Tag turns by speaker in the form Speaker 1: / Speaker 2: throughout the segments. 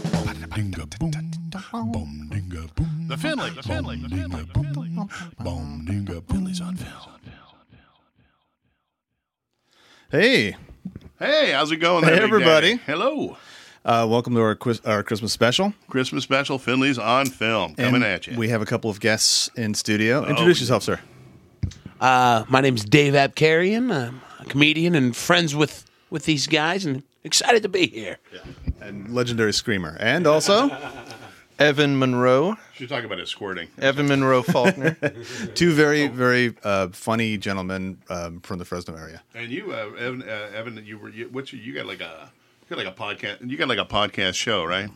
Speaker 1: dinga boom, boom dinga boom.
Speaker 2: The Finley, the Finley, the Finley, the Finley.
Speaker 1: boom dinga boom. Finley's on film.
Speaker 3: Hey,
Speaker 2: Hey, how's it going, there,
Speaker 3: Hey,
Speaker 2: Big
Speaker 3: everybody.
Speaker 2: Daddy? Hello,
Speaker 3: uh, welcome to our quiz- our Christmas special.
Speaker 2: Christmas special. Finley's on film, coming
Speaker 3: And
Speaker 2: at Oh, you.
Speaker 3: We have a couple of guests in studio. Introduce yourself, sir.
Speaker 4: Uh, my name's Dave Abkarian. I'm a comedian and friends with, with these guys, and excited to be here.
Speaker 3: And legendary screamer, and also
Speaker 5: Evan Monroe,
Speaker 2: She's talking about it squirting.
Speaker 5: Evan Monroe Faulkner.
Speaker 3: two very very uh, funny gentlemen um, from the Fresno area.
Speaker 2: And you, uh, Evan, uh, Evan, you were you, what's your, you got like a you got like a podcast you got like a podcast show, right?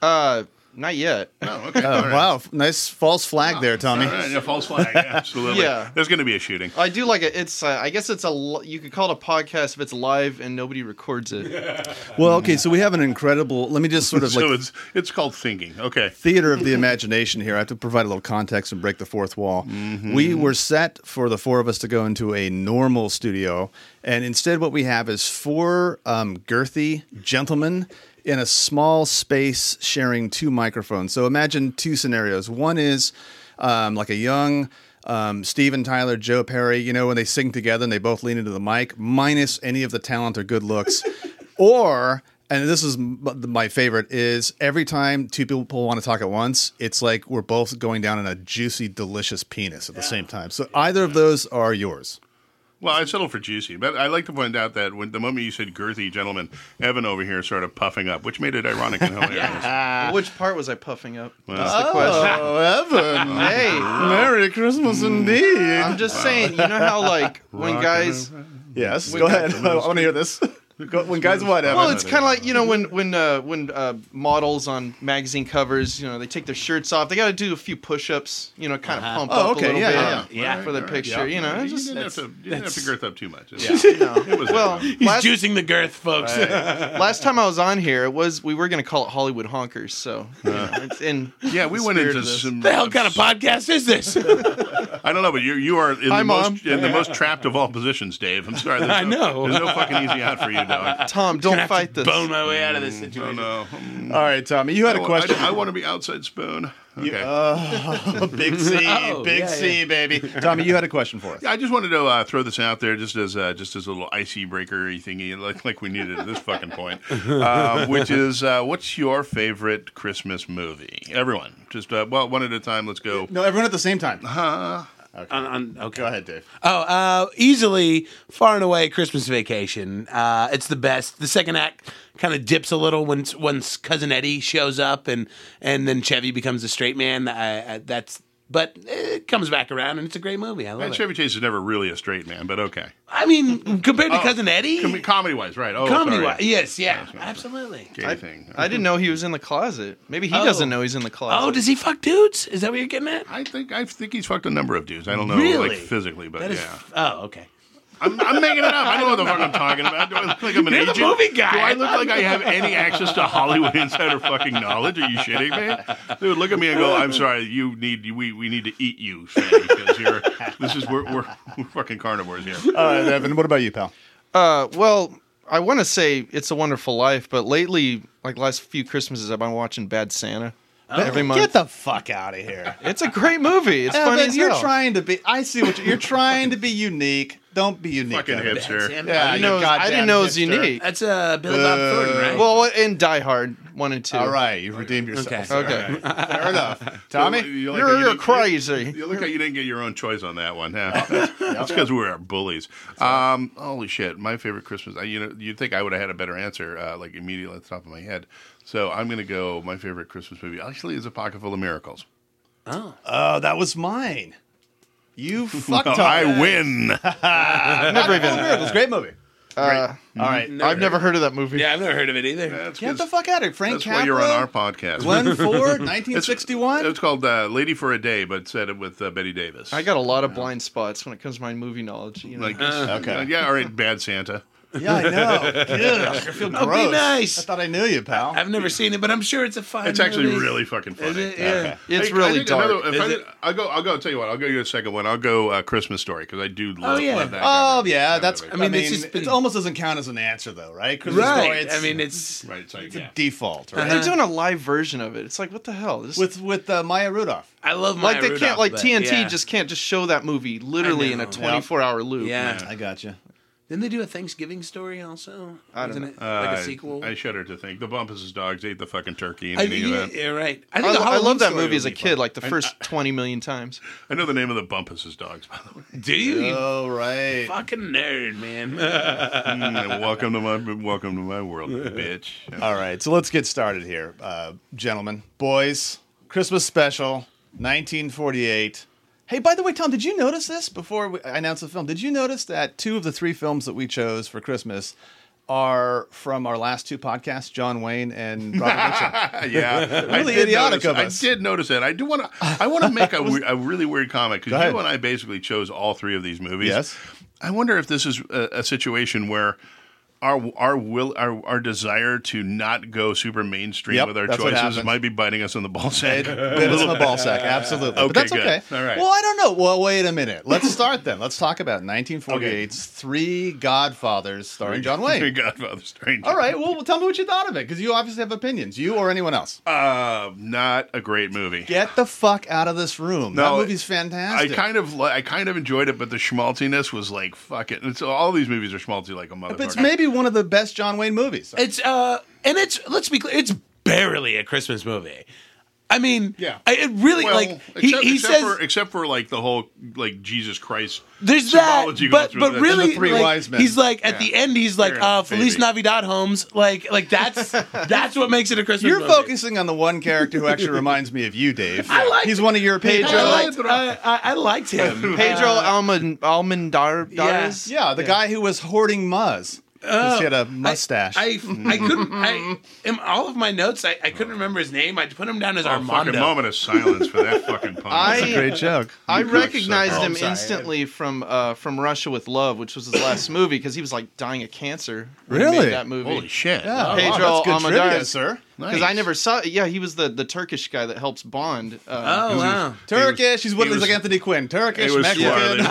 Speaker 5: uh, not yet.
Speaker 2: Oh, okay.
Speaker 3: Oh,
Speaker 2: All right.
Speaker 3: Wow, f- nice false flag there, Tommy.
Speaker 2: All right, yeah, false flag. Yeah, absolutely.
Speaker 5: Yeah.
Speaker 2: There's going to be a shooting.
Speaker 5: I do like it. It's uh, I guess it's a li- you could call it a podcast if it's live and nobody records it.
Speaker 3: Well, okay, so we have an incredible. Let me just sort of like
Speaker 2: so it's it's called thinking. Okay.
Speaker 3: theater of the imagination here. I have to provide a little context and break the fourth wall. We were set for the four of us to go into a normal studio, and instead, what we have is four um, girthy gentlemen in a small space sharing two microphones. So imagine two scenarios. One is um, like a young. Um, Steven Tyler, Joe Perry, you know, when they sing together and they both lean into the mic, minus any of the talent or good looks. or and this is m- my favorite is every time two people want to talk at once it's like we're both going down in a juicy delicious penis at the same time so either of those are yours
Speaker 2: Well, I settled for juicy, but I like to point out that when the moment you said girthy gentleman, Evan over here started puffing up, which made it ironic and hilarious.
Speaker 5: Uh, Which part was I puffing up?
Speaker 2: Well.
Speaker 5: That's the question.
Speaker 3: evan
Speaker 5: Hey,
Speaker 3: merry christmas indeed
Speaker 5: I'm just saying. You know how like when guys.
Speaker 3: yes go ahead i want to hear this Go- when guys what evan
Speaker 5: Well, it's kind of like you know when when uh, when uh, models on magazine covers, you know, they take their shirts off. They got to do a few push-ups, you know, kind of pump
Speaker 3: Oh,
Speaker 5: up
Speaker 3: okay,
Speaker 5: a little
Speaker 3: yeah,
Speaker 5: bit
Speaker 3: yeah,
Speaker 4: yeah. Yeah.
Speaker 5: for the picture. You know, it's
Speaker 2: you
Speaker 5: just
Speaker 2: didn't, have to, you didn't have to girth up too much. It's- it was
Speaker 5: well,
Speaker 2: ironic.
Speaker 4: He's
Speaker 5: last,
Speaker 4: juicing the girth, folks.
Speaker 5: last time I was on here, it was we were going to call it Hollywood Honkers. So you know, it's in
Speaker 2: yeah, we
Speaker 5: the
Speaker 2: went
Speaker 5: spirit
Speaker 2: into
Speaker 5: of this.
Speaker 2: some.
Speaker 4: the hell kind of podcast is this?
Speaker 2: I don't know, but you you are in the
Speaker 5: Hi, Mom.
Speaker 2: most in the most trapped of all positions, Dave. I'm sorry. there's
Speaker 4: I
Speaker 2: no-
Speaker 4: know.
Speaker 2: There's no fucking easy out for you, dog.
Speaker 5: Tom. Don't fight this.
Speaker 4: Bone my way out
Speaker 3: Mm,
Speaker 4: of this
Speaker 2: No,
Speaker 4: situation.
Speaker 2: no.
Speaker 3: all right tommy you had a question
Speaker 2: I, want to be outside spoon. Okay.
Speaker 3: big c
Speaker 4: Oh, yeah, yeah.
Speaker 3: baby tommy you had a question for us
Speaker 2: I just wanted to uh, throw this out there, just as uh, just as a little icy breakery thingy, like like we needed at this fucking point. Uh, which is, uh, what's your favorite Christmas movie? Everyone, just uh, well, one at a time. Let's go.
Speaker 3: no everyone at the same time
Speaker 4: On- on- okay.
Speaker 3: go ahead dave
Speaker 4: Oh, uh, easily, far and away, Christmas Vacation. Uh, it's the best. The second act kind of dips a little when once cousin Eddie shows up, and and then Chevy becomes a straight man. I, I, that's but it comes back around, and it's a great movie. I love
Speaker 2: And
Speaker 4: it.
Speaker 2: Chevy Chase is never really a straight man, but okay.
Speaker 4: I mean, compared to cousin Eddie,
Speaker 2: comedy wise, right? Oh,
Speaker 4: comedy
Speaker 2: sorry.
Speaker 4: wise, yes, yeah, absolutely.
Speaker 2: Gay
Speaker 5: I,
Speaker 2: thing.
Speaker 5: I didn't know he was in the closet. Maybe he
Speaker 4: Oh.
Speaker 5: doesn't know he's in the closet.
Speaker 4: Oh, does he fuck dudes? Is that what you're getting at?
Speaker 2: I think I think he's fucked a number of dudes. I don't know,
Speaker 4: Really?
Speaker 2: like physically, but
Speaker 4: That
Speaker 2: yeah,
Speaker 4: is. Oh, okay.
Speaker 2: I'm, I'm making it up. I don't know what the fuck I'm talking about. Do I look like I'm an
Speaker 4: You're the
Speaker 2: agent?
Speaker 4: movie guy.
Speaker 2: Do I look like I have any access to Hollywood insider fucking knowledge? Are you shitting me, dude? Look at me and go. I'm sorry. You need we we need to eat you because you're this is we're, we're we're fucking carnivores here.
Speaker 4: Uh,
Speaker 3: all right evan what about you pal
Speaker 5: Uh, well, I want to say it's a Wonderful Life, but lately, like last few Christmases, I've been watching Bad Santa
Speaker 3: Oh,
Speaker 5: every month.
Speaker 3: the fuck out of here
Speaker 5: it's a great movie. It's funny
Speaker 3: Evan,
Speaker 5: as
Speaker 3: you're
Speaker 5: hell.
Speaker 3: trying to be. I see what you're, you're trying to be unique. Don't be unique.
Speaker 2: Fucking
Speaker 3: Evan.
Speaker 2: hipster.
Speaker 3: Yeah,
Speaker 5: I
Speaker 3: you
Speaker 5: didn't know, it was- I didn't
Speaker 3: goddamn
Speaker 5: know it was
Speaker 3: hipster.
Speaker 5: unique.
Speaker 4: Oh, That's uh, Billy Bob Thornton, right?
Speaker 5: Well, in Die Hard one and two.
Speaker 3: All right, you redeemed yourself.
Speaker 4: Okay.
Speaker 5: Okay.
Speaker 3: Fair enough, Tommy.
Speaker 2: You like how
Speaker 5: You're,
Speaker 2: you
Speaker 5: you're
Speaker 2: didn't-
Speaker 5: crazy.
Speaker 2: You look like you didn't get your own choice on that one. Huh? That's because we were bullies. Um, holy shit! My favorite Christmas. I, you know, you'd think I would have had a better answer, uh, like immediately at the top of my head. So I'm gonna go. My favorite Christmas movie actually is A Pocket Full of Miracles.
Speaker 3: Oh, that was mine. You fucked
Speaker 2: Oh,
Speaker 3: up.
Speaker 2: I win.
Speaker 5: I've never even.
Speaker 3: Miracles, great movie.
Speaker 5: Uh,
Speaker 3: All right,
Speaker 5: I've never heard of that movie.
Speaker 4: yeah, I've never heard of it either.
Speaker 2: That's,
Speaker 3: get
Speaker 2: 'cause-
Speaker 3: the fuck out of here, Frank
Speaker 2: that's why you're on our podcast.
Speaker 3: Glenn Ford,
Speaker 2: It's-
Speaker 3: 1961.
Speaker 2: It's called uh, Lady for a Day, but said it with uh, Betty Davis.
Speaker 5: I got a lot of blind spots when it comes to my movie knowledge. You know?
Speaker 2: like
Speaker 3: Okay.
Speaker 2: yeah, all right, Bad Santa.
Speaker 3: Yeah, I know. Ugh, I feel
Speaker 4: Oh,
Speaker 3: gross.
Speaker 4: be
Speaker 3: I
Speaker 4: nice.
Speaker 3: thought I knew you, pal.
Speaker 4: I've never seen it, but I'm sure it's a fun.
Speaker 2: It's actually
Speaker 4: movie.
Speaker 2: really fucking funny.
Speaker 4: Is it? Yeah.
Speaker 5: It's
Speaker 2: Hey, I
Speaker 5: really
Speaker 2: think
Speaker 5: dark.
Speaker 2: another- if
Speaker 3: Is
Speaker 2: I
Speaker 3: it?
Speaker 2: did- I'll go. I'll go. Tell you what. I'll go you a second one. I'll go uh, Christmas Story because I do love,
Speaker 4: yeah.
Speaker 2: love that.
Speaker 3: Oh
Speaker 2: kind of-
Speaker 3: yeah,
Speaker 2: kind of
Speaker 3: that's. I
Speaker 2: movie.
Speaker 3: mean,
Speaker 4: mean, it's
Speaker 3: it's
Speaker 4: just been-
Speaker 3: it almost doesn't count as an answer though, right? Christmas Story,
Speaker 4: Right.
Speaker 3: it's,
Speaker 4: I mean, it's
Speaker 2: right. It's like,
Speaker 3: it's a
Speaker 2: yeah.
Speaker 3: default, right?
Speaker 5: They're doing a live version of it. It's like what the hell? This-
Speaker 3: With with uh, Maya Rudolph.
Speaker 4: I love Maya
Speaker 5: like they
Speaker 4: Rudolph,
Speaker 5: can't like
Speaker 4: but
Speaker 5: TNT
Speaker 4: yeah.
Speaker 5: just can't just show that movie literally in a
Speaker 4: know.
Speaker 5: 24 hour loop.
Speaker 4: yeah.
Speaker 3: I got you.
Speaker 4: Didn't they do a Thanksgiving story also?
Speaker 5: I don't
Speaker 4: Wasn't
Speaker 5: know.
Speaker 4: it like
Speaker 2: Uh,
Speaker 4: a sequel?
Speaker 2: I shudder to think the Bumpus' dogs ate the fucking turkey. And
Speaker 4: I-
Speaker 2: any of
Speaker 4: yeah,
Speaker 2: that.
Speaker 4: you're right. I,
Speaker 5: I,
Speaker 4: think the
Speaker 5: I
Speaker 4: Halloween
Speaker 5: love that
Speaker 4: story
Speaker 5: movie
Speaker 4: would
Speaker 5: as a
Speaker 4: be
Speaker 5: kid,
Speaker 4: fun.
Speaker 5: like the first 20 million times.
Speaker 2: I know the name of the Bumpus' dogs, by the way.
Speaker 4: do you?
Speaker 5: Uh,
Speaker 4: you
Speaker 3: Oh right.
Speaker 4: fucking nerd, man.
Speaker 2: Mm, and welcome to my welcome to my world, bitch.
Speaker 3: All right, so let's get started here, uh, gentlemen, boys. Christmas special, 1948. Hey, by the way, Tom, did you notice this before we, I announced the film? Did you notice that two of the three films that we chose for Christmas are from our last two podcasts, John Wayne and Robert Mitchum?
Speaker 2: yeah,
Speaker 3: Really
Speaker 2: I did notice,
Speaker 3: idiotic of
Speaker 2: I
Speaker 3: us.
Speaker 2: did notice that. I do want to. I want to make a, we- a really weird comment because
Speaker 3: ahead.
Speaker 2: you and I basically chose all three of these movies.
Speaker 3: Yes.
Speaker 2: I wonder if this is a, a situation where. Our, our will our, our desire to not go super mainstream
Speaker 3: Yep,
Speaker 2: with our
Speaker 3: that's what
Speaker 2: choices
Speaker 3: happens.
Speaker 2: might be biting us on the ball
Speaker 3: It
Speaker 2: sack.
Speaker 3: bit us in the ball sack, absolutely. but
Speaker 2: Okay,
Speaker 3: that's
Speaker 2: good.
Speaker 3: okay.
Speaker 2: All right.
Speaker 3: Well, I don't know. Well, wait a minute. Let's start then. Let's talk about 1948's Three Godfathers starring John
Speaker 2: Three
Speaker 3: Wayne.
Speaker 2: Godfather Strange.
Speaker 3: All right, well, tell me what you thought of it because you obviously have opinions, you or anyone else.
Speaker 2: Uh, not a great movie.
Speaker 3: Get the fuck out of this room.
Speaker 2: No,
Speaker 3: that movie's
Speaker 2: I
Speaker 3: fantastic.
Speaker 2: kind of li- I kind of enjoyed it, but the schmaltiness was like fuck it. And so all these movies are schmaltzy like a motherfucker.
Speaker 3: but it's maybe one of the best John Wayne movies.
Speaker 4: it's uh, and it's let's be clear, it's barely a Christmas movie. I mean,
Speaker 2: Yeah.
Speaker 4: I, it really
Speaker 2: Well,
Speaker 4: like he,
Speaker 2: except,
Speaker 4: he
Speaker 2: except
Speaker 4: says
Speaker 2: for, except for like the whole like Jesus Christ.
Speaker 4: There's that,
Speaker 2: symbology going
Speaker 4: but
Speaker 2: through
Speaker 4: but
Speaker 2: that.
Speaker 4: really,
Speaker 3: the three
Speaker 4: like,
Speaker 3: wise men.
Speaker 4: he's like at the end, he's like,
Speaker 2: Fair
Speaker 4: uh,
Speaker 2: enough,
Speaker 4: Feliz
Speaker 2: baby.
Speaker 4: Navidad, Holmes. Like like that's that's what makes it a Christmas.
Speaker 3: You're
Speaker 4: movie.
Speaker 3: focusing on the one character who actually reminds me of you, Dave.
Speaker 4: I like-
Speaker 3: He's one of your
Speaker 4: I
Speaker 3: pages.
Speaker 4: liked, I, I, I liked him.
Speaker 5: Pedro Almond Almondar
Speaker 4: yeah.
Speaker 5: Dares?
Speaker 3: yeah, the guy who was hoarding Muzz. 'Cause he had a mustache.
Speaker 4: I, I couldn't I in all of my notes I, I couldn't remember his name. I put him down as
Speaker 2: A Oh, uh, fucking
Speaker 4: Armando.
Speaker 2: moment of silence for that fucking pun.
Speaker 5: I-
Speaker 3: Great joke.
Speaker 5: I
Speaker 2: cocksucker.
Speaker 5: recognized
Speaker 2: Oh,
Speaker 5: him
Speaker 2: I'm sorry.
Speaker 5: instantly from uh, from Russia with Love, which was his last movie because he was like dying of cancer. when he
Speaker 3: Really?
Speaker 5: made that movie?
Speaker 2: Holy shit!
Speaker 3: Yeah, wow,
Speaker 5: Pedro
Speaker 3: Oh, that's good trivia,
Speaker 5: Almodar's-
Speaker 3: sir.
Speaker 5: Because I
Speaker 2: Nice.
Speaker 5: never saw. Yeah, he was the the Turkish guy that helps Bond. Uh,
Speaker 4: Oh wow.
Speaker 3: Turkish. He's what
Speaker 2: he
Speaker 3: he's
Speaker 2: was-
Speaker 3: like Anthony Quinn. Turkish,
Speaker 2: It was
Speaker 3: Mexican.
Speaker 2: swarthy.
Speaker 5: so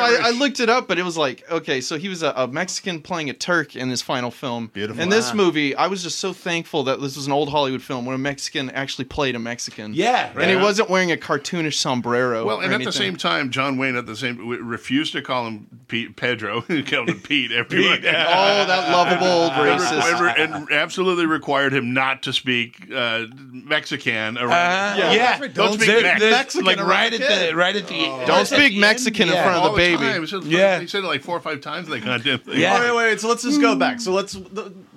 Speaker 5: I, I looked it up, but it was like okay, so he was a, a Mexican playing a Turk in his final film.
Speaker 3: Beautiful.
Speaker 5: In this movie, I was just so thankful that this was an old Hollywood film where a Mexican actually played a Mexican.
Speaker 4: Yeah.
Speaker 5: and he wasn't wearing a cartoonish sombrero.
Speaker 2: Well, and
Speaker 5: or
Speaker 2: at the same
Speaker 5: anything.
Speaker 2: time, John Wayne at the same w- refused to call him Pete, Pedro. He called him Pete. Everyone.
Speaker 5: oh, that lovable old
Speaker 2: And
Speaker 5: racist.
Speaker 2: required- and absolutely required him not to speak uh, Mexican. Around.
Speaker 4: yeah.
Speaker 3: Don't
Speaker 2: Don't speak
Speaker 4: They're-
Speaker 2: Mex-
Speaker 4: they're,
Speaker 2: Mexican
Speaker 4: like
Speaker 2: around
Speaker 4: right
Speaker 2: the
Speaker 4: at
Speaker 2: kid.
Speaker 4: the right at
Speaker 2: Oh.
Speaker 4: the
Speaker 5: Don't
Speaker 4: right at
Speaker 5: speak
Speaker 4: the
Speaker 5: Mexican in
Speaker 4: end.
Speaker 5: front of
Speaker 2: all
Speaker 5: the baby.
Speaker 2: time. It's just-
Speaker 4: Yeah.
Speaker 2: he said it like four or five times in that goddamn thing.
Speaker 4: Yeah.
Speaker 3: All right, wait, wait. So let's just go back. So let's th-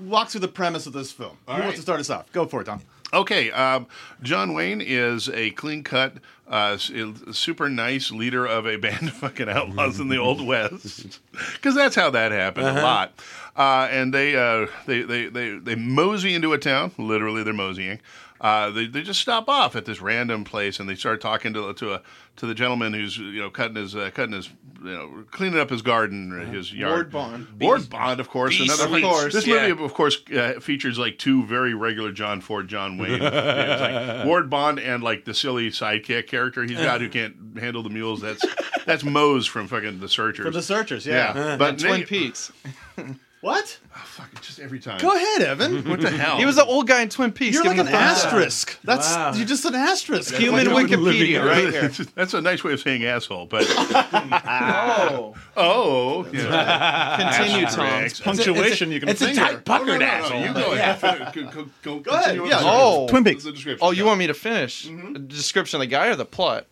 Speaker 3: walk through the premise of this film. Who
Speaker 2: right.
Speaker 3: wants to start us off? Go for it, Tom.
Speaker 2: Okay, um, John Wayne is a clean cut, uh, s- super nice leader of a band of fucking outlaws in the Old West, because that's how that happened
Speaker 4: Uh-huh.
Speaker 2: a lot. Uh, and they, uh, they they they they mosey into a town. Literally, they're moseying. Uh, they, they just stop off at this random place and they start talking to to a to the gentleman who's you know cutting his uh, cutting his you know cleaning up his garden or his yard.
Speaker 5: Ward Bond.
Speaker 2: Ward Bond, of course.
Speaker 4: Beast.
Speaker 2: Another
Speaker 4: Of
Speaker 2: thing-
Speaker 5: course,
Speaker 2: This
Speaker 4: yeah.
Speaker 2: movie of course, uh, features like two very regular John Ford, John Wayne, It's like Ward Bond, and like the silly sidekick character he's got who can't handle the mules. That's that's Mose from fucking The Searchers.
Speaker 3: From the Searchers,
Speaker 2: yeah,
Speaker 3: yeah.
Speaker 2: but
Speaker 5: Twin
Speaker 2: Nate-
Speaker 5: Peaks.
Speaker 3: What?
Speaker 2: Oh, fuck, just every time.
Speaker 3: Go ahead, Evan.
Speaker 2: What the hell?
Speaker 5: He was the old guy in Twin Peaks.
Speaker 3: You're
Speaker 5: Give
Speaker 3: like
Speaker 5: him
Speaker 3: an
Speaker 5: the thumbs up.
Speaker 3: asterisk. That's
Speaker 4: Wow.
Speaker 3: you're just an asterisk.
Speaker 5: Human
Speaker 3: Like,
Speaker 5: Wikipedia, right here.
Speaker 2: That's a nice way of saying asshole, but
Speaker 5: Oh,
Speaker 2: oh, yeah.
Speaker 5: continue, Tom.
Speaker 2: Correct.
Speaker 3: punctuation you can
Speaker 4: It's a
Speaker 3: finger.
Speaker 4: tight puckered
Speaker 2: Oh, No, no,
Speaker 4: asshole.
Speaker 2: you go ahead. Go, go, go,
Speaker 3: Go ahead.
Speaker 2: continue with
Speaker 3: Yeah.
Speaker 2: the-
Speaker 5: Oh.
Speaker 3: Twin Peaks.
Speaker 2: the description.
Speaker 5: Oh, you
Speaker 2: Go.
Speaker 5: want me to finish the description of the guy or the plot?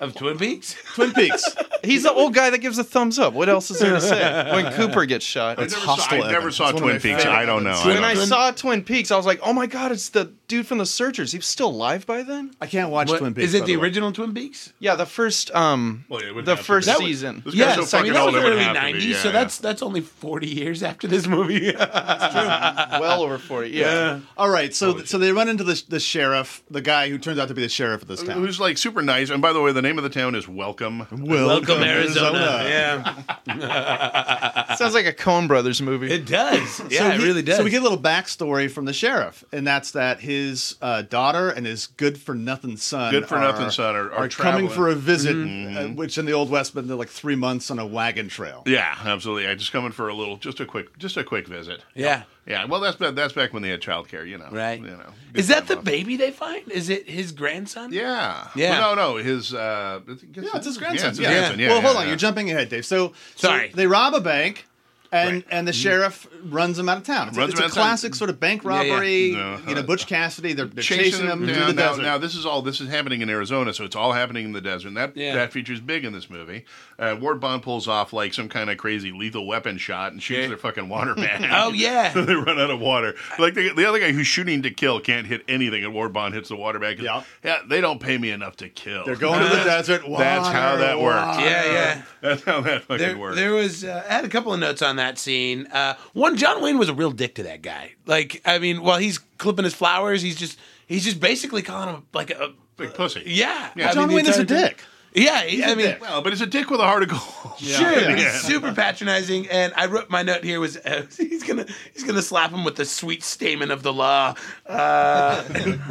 Speaker 4: Of Twin Peaks?
Speaker 3: Twin Peaks.
Speaker 5: He's the old guy that gives a thumbs up. What else is there to say? When Cooper gets shot.
Speaker 2: I never saw,
Speaker 3: hostile
Speaker 2: I never
Speaker 3: evidence.
Speaker 2: saw
Speaker 3: It's one of
Speaker 2: Twin
Speaker 3: my
Speaker 2: Peaks.
Speaker 3: favorite
Speaker 2: I don't know. I
Speaker 5: When
Speaker 2: don't
Speaker 5: I
Speaker 2: know.
Speaker 5: saw Twin Peaks, I was like, "Oh my god, it's the dude from the Searchers. He's still alive by then."
Speaker 3: I can't watch
Speaker 4: What-
Speaker 3: Twin Peaks.
Speaker 4: is it
Speaker 3: by
Speaker 4: the
Speaker 3: way.
Speaker 4: original Twin Peaks?
Speaker 5: Yeah, the first um,
Speaker 2: Well, yeah, it wouldn't
Speaker 5: the
Speaker 2: have to
Speaker 5: first
Speaker 2: be. That
Speaker 4: was-
Speaker 5: season.
Speaker 2: This guy's
Speaker 4: Yeah,
Speaker 2: so
Speaker 4: I mean
Speaker 2: fucking
Speaker 4: that was
Speaker 2: old, it would
Speaker 4: early
Speaker 2: have to be.
Speaker 4: '90s,
Speaker 2: Yeah,
Speaker 4: so
Speaker 2: yeah.
Speaker 4: that's that's only 40 years after this movie.
Speaker 5: well over forty. Yeah.
Speaker 3: All right, so so they run into the the sheriff, the guy who turns out to be the sheriff of this town.
Speaker 2: who's like super nice. And by the way, the name of the town is Welcome.
Speaker 3: Welcome,
Speaker 4: Arizona. Yeah.
Speaker 5: So sounds like a Coen Brothers movie.
Speaker 4: It does. Yeah, it
Speaker 3: he-
Speaker 4: really does.
Speaker 3: So we get a little backstory from the sheriff, and that's that his uh, daughter and his good for nothing son,
Speaker 2: Good for
Speaker 3: are-
Speaker 2: nothing son are- are
Speaker 3: coming
Speaker 2: traveling.
Speaker 3: for a visit,
Speaker 4: Mm-hmm.
Speaker 3: uh, which in the old west, but they're like three months on a wagon trail.
Speaker 2: Yeah, absolutely. I just coming for a little, just a quick, just a quick visit.
Speaker 4: yeah.
Speaker 2: Yeah. Well, that's ba- that's back when they had childcare, you know.
Speaker 4: Right.
Speaker 2: You know. good
Speaker 4: Is that the
Speaker 2: time off.
Speaker 4: baby they find? Is it his grandson?
Speaker 2: Yeah.
Speaker 4: Yeah.
Speaker 2: Well, no, no. His. Uh, yeah,
Speaker 3: Yeah, it's his grandson.
Speaker 2: Yeah, it's his grandson. Yeah,
Speaker 3: well, hold
Speaker 2: yeah,
Speaker 3: on,
Speaker 2: yeah.
Speaker 3: you're jumping ahead, Dave. So, so
Speaker 4: Sorry.
Speaker 3: they rob a bank, and
Speaker 2: Right.
Speaker 3: and the sheriff runs them out of town. uh, It's, a-
Speaker 2: Runs
Speaker 3: it's
Speaker 2: them
Speaker 3: a
Speaker 2: out of town.
Speaker 3: classic sort of bank
Speaker 4: Yeah, yeah.
Speaker 3: robbery.
Speaker 2: No.
Speaker 3: You know, Butch Cassidy. They're, they're
Speaker 2: chasing, them
Speaker 3: through
Speaker 2: down.
Speaker 3: the
Speaker 2: now,
Speaker 3: desert.
Speaker 2: now this is all this is happening in Arizona, so it's all happening in the desert. And that
Speaker 4: Yeah.
Speaker 2: that features big in this movie. Uh, Ward Bond pulls off like some kind of crazy lethal weapon shot and shoots
Speaker 4: Yeah.
Speaker 2: their fucking water man.
Speaker 4: Oh yeah.
Speaker 2: they run out of water. Like the, the other guy who's shooting to kill can't hit anything, and Ward Bond hits the water bag. 'cause,
Speaker 3: Yeah.
Speaker 2: yeah, they don't pay me enough to kill.
Speaker 3: They're going to the desert.
Speaker 2: That's how
Speaker 3: water,
Speaker 2: that worked.
Speaker 3: water.
Speaker 4: Yeah, yeah.
Speaker 2: That's how that fucking
Speaker 4: Uh, There,
Speaker 2: worked.
Speaker 4: there was. Uh, I had a couple of notes on that scene. Uh, one, John Wayne was a real dick to that guy. Like, I mean, while he's clipping his flowers, he's just he's just basically calling him like a
Speaker 2: Big pussy.
Speaker 4: yeah.
Speaker 2: Yeah.
Speaker 4: I
Speaker 3: John
Speaker 4: mean, the
Speaker 3: Wayne is a
Speaker 4: entire-
Speaker 3: dick.
Speaker 4: Yeah, he- I mean,
Speaker 3: dick.
Speaker 2: Well, but it's a dick with a heart of gold.
Speaker 4: Sure,
Speaker 2: Yeah.
Speaker 4: he's
Speaker 2: Yeah.
Speaker 4: super patronizing, and I wrote my note here was uh, he's gonna he's gonna slap him with the sweet stamen of the law. Uh,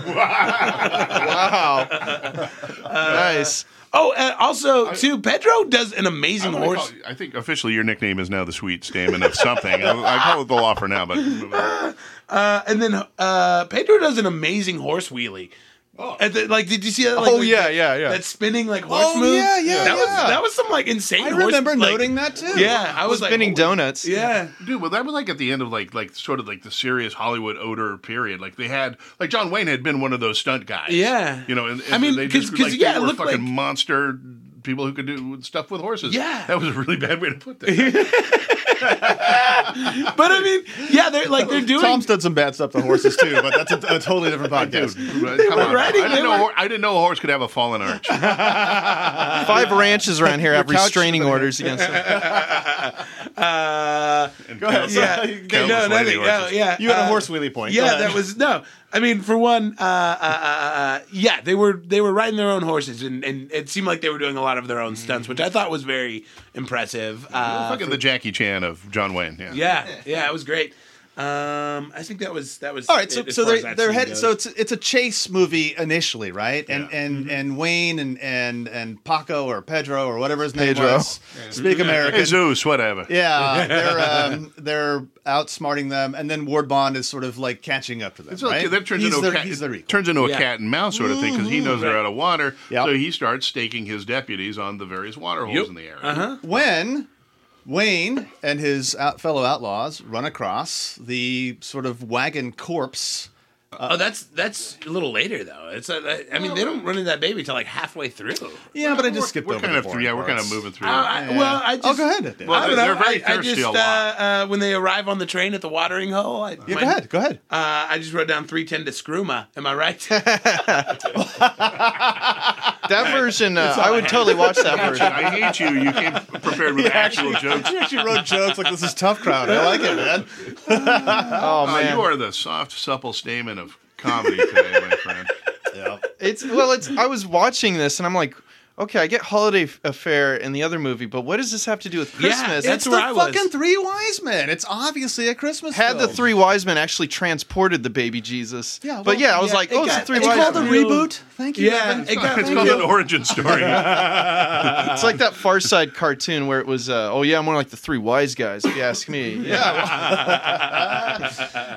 Speaker 5: Wow. nice.
Speaker 4: oh, and also too, Pedro does an amazing
Speaker 2: I'm gonna
Speaker 4: horse.
Speaker 2: call- I think officially your nickname is now the sweet stamen of something. I, I call it the law for now, but move on.
Speaker 4: Uh, and then uh, Pedro does an amazing horse wheelie. At the- like, did you see that? Like,
Speaker 5: Oh,
Speaker 4: like,
Speaker 5: yeah, yeah, yeah.
Speaker 4: That spinning like horse
Speaker 3: Oh,
Speaker 4: move.
Speaker 3: yeah, yeah,
Speaker 4: That was
Speaker 3: yeah.
Speaker 4: that was some like insane.
Speaker 3: I
Speaker 4: horse,
Speaker 3: remember
Speaker 4: like-
Speaker 3: noting that too.
Speaker 4: Yeah, I was like,
Speaker 5: Spinning
Speaker 4: holy-
Speaker 5: donuts.
Speaker 4: Yeah,
Speaker 2: dude. Well, that was like at the end of like like sort of like the serious Hollywood odor period. Like they had like John Wayne had been one of those stunt guys.
Speaker 4: Yeah.
Speaker 2: you know. And,
Speaker 4: I mean,
Speaker 2: they
Speaker 4: 'cause-
Speaker 2: just
Speaker 4: 'cause,
Speaker 2: like,
Speaker 4: yeah,
Speaker 2: they
Speaker 4: it
Speaker 2: were
Speaker 4: looked
Speaker 2: fucking
Speaker 4: like-
Speaker 2: monster people who could do stuff with horses.
Speaker 4: Yeah.
Speaker 2: that was a really bad way to put that.
Speaker 4: but I mean, yeah, they're like they're doing.
Speaker 3: Tom's done some bad stuff to horses too, but that's a, a totally different podcast.
Speaker 2: Dude, come on.
Speaker 4: riding-
Speaker 2: I
Speaker 4: they
Speaker 2: didn't know.
Speaker 4: were-
Speaker 2: a hor- I didn't know a horse could have a fallen arch.
Speaker 5: Five ranches around here have
Speaker 3: couch-
Speaker 5: restraining orders against them.
Speaker 4: uh,
Speaker 2: Go ahead.
Speaker 4: yeah, no, no, nothing, no, yeah.
Speaker 3: You had a
Speaker 4: uh,
Speaker 3: horse wheelie point. Go
Speaker 4: Yeah,
Speaker 3: ahead.
Speaker 4: that was no. I mean, for one, uh, uh, uh, uh, yeah, they were they were riding their own horses, and, and it seemed like they were doing a lot of their own stunts, which I thought was very impressive. Uh,
Speaker 2: Fucking the Jackie Chan of John Wayne. Yeah.
Speaker 4: yeah, yeah, it was great. Um, I think that was that was
Speaker 3: All right, so
Speaker 4: it as
Speaker 3: so
Speaker 4: far as
Speaker 3: they're
Speaker 4: that
Speaker 3: they're
Speaker 4: scene
Speaker 3: headed.
Speaker 4: goes. Mm-hmm.
Speaker 3: So it's it's a chase movie initially, right? And and and Wayne and and and Paco or Pedro or whatever his name
Speaker 5: Pedro.
Speaker 3: was, speak American.
Speaker 2: Hey, Zeus, whatever.
Speaker 3: Yeah, they're um, they're outsmarting them, and then Ward Bond is sort of like catching up to them.
Speaker 2: It's like
Speaker 3: right?
Speaker 2: that turns
Speaker 3: he's
Speaker 2: into
Speaker 3: their,
Speaker 2: a cat,
Speaker 3: he's their equal.
Speaker 2: turns into a
Speaker 4: Yeah. Mm-hmm.
Speaker 2: cat and mouse sort of thing because he knows they're out of water.
Speaker 3: Yep.
Speaker 2: So he starts staking his deputies on the various water holes
Speaker 4: Yep.
Speaker 2: in the area.
Speaker 4: Uh-huh.
Speaker 3: When Wayne and his out, fellow outlaws run across the sort of wagon corpse.
Speaker 4: oh, that's that's a little later though. It's uh, I- I mean they don't run into that baby till like halfway through.
Speaker 3: Yeah, but I just
Speaker 2: We're-
Speaker 3: skipped
Speaker 2: we're
Speaker 3: over
Speaker 2: kind
Speaker 3: the
Speaker 2: of through,
Speaker 3: boring
Speaker 2: yeah, we're kind of
Speaker 3: parts.
Speaker 2: moving through.
Speaker 4: Uh, I- I- well, I just
Speaker 3: Oh, go ahead.
Speaker 2: Well,
Speaker 4: I don't know.
Speaker 2: They're very
Speaker 4: I, I
Speaker 2: thirsty
Speaker 4: just
Speaker 2: a
Speaker 4: uh,
Speaker 2: lot.
Speaker 4: uh, when they arrive on the train at the watering hole, I,
Speaker 3: yeah,
Speaker 4: my-
Speaker 3: go ahead. Go ahead.
Speaker 5: Oh,
Speaker 4: Uh, I just wrote down three ten to Scruma. Am I right?
Speaker 5: That version, uh, I would totally watch that version.
Speaker 2: I hate you. You came prepared with actual jokes.
Speaker 3: You actually wrote jokes like this is tough crowd. I like it, man.
Speaker 5: Oh
Speaker 2: Uh,
Speaker 5: man,
Speaker 2: you are the soft, supple stamen of comedy today, my friend.
Speaker 3: Yeah.
Speaker 5: it's well, it's. I was watching this and I'm like, okay, I get Holiday F- Affair in the other movie, but what does this have to do with
Speaker 4: Yeah,
Speaker 5: Christmas?
Speaker 4: it's- That's
Speaker 3: It's
Speaker 4: where
Speaker 3: the
Speaker 4: I was.
Speaker 3: fucking three wise men. It's obviously a Christmas.
Speaker 5: had the
Speaker 3: film.
Speaker 5: three wise men actually transported the baby Jesus.
Speaker 3: Yeah, well,
Speaker 5: but yeah, I was
Speaker 4: yeah,
Speaker 5: like,
Speaker 4: it
Speaker 5: oh, it's
Speaker 4: got-
Speaker 5: the three
Speaker 4: it
Speaker 3: It's
Speaker 5: wise
Speaker 3: called a
Speaker 5: men.
Speaker 4: real-
Speaker 3: reboot. Thank you.
Speaker 4: yeah,
Speaker 3: Evan.
Speaker 4: it got
Speaker 2: It's called an origin story.
Speaker 5: It's like that Far Side cartoon where it was, uh, oh yeah, I'm more like the three wise guys, if you ask me. Yeah,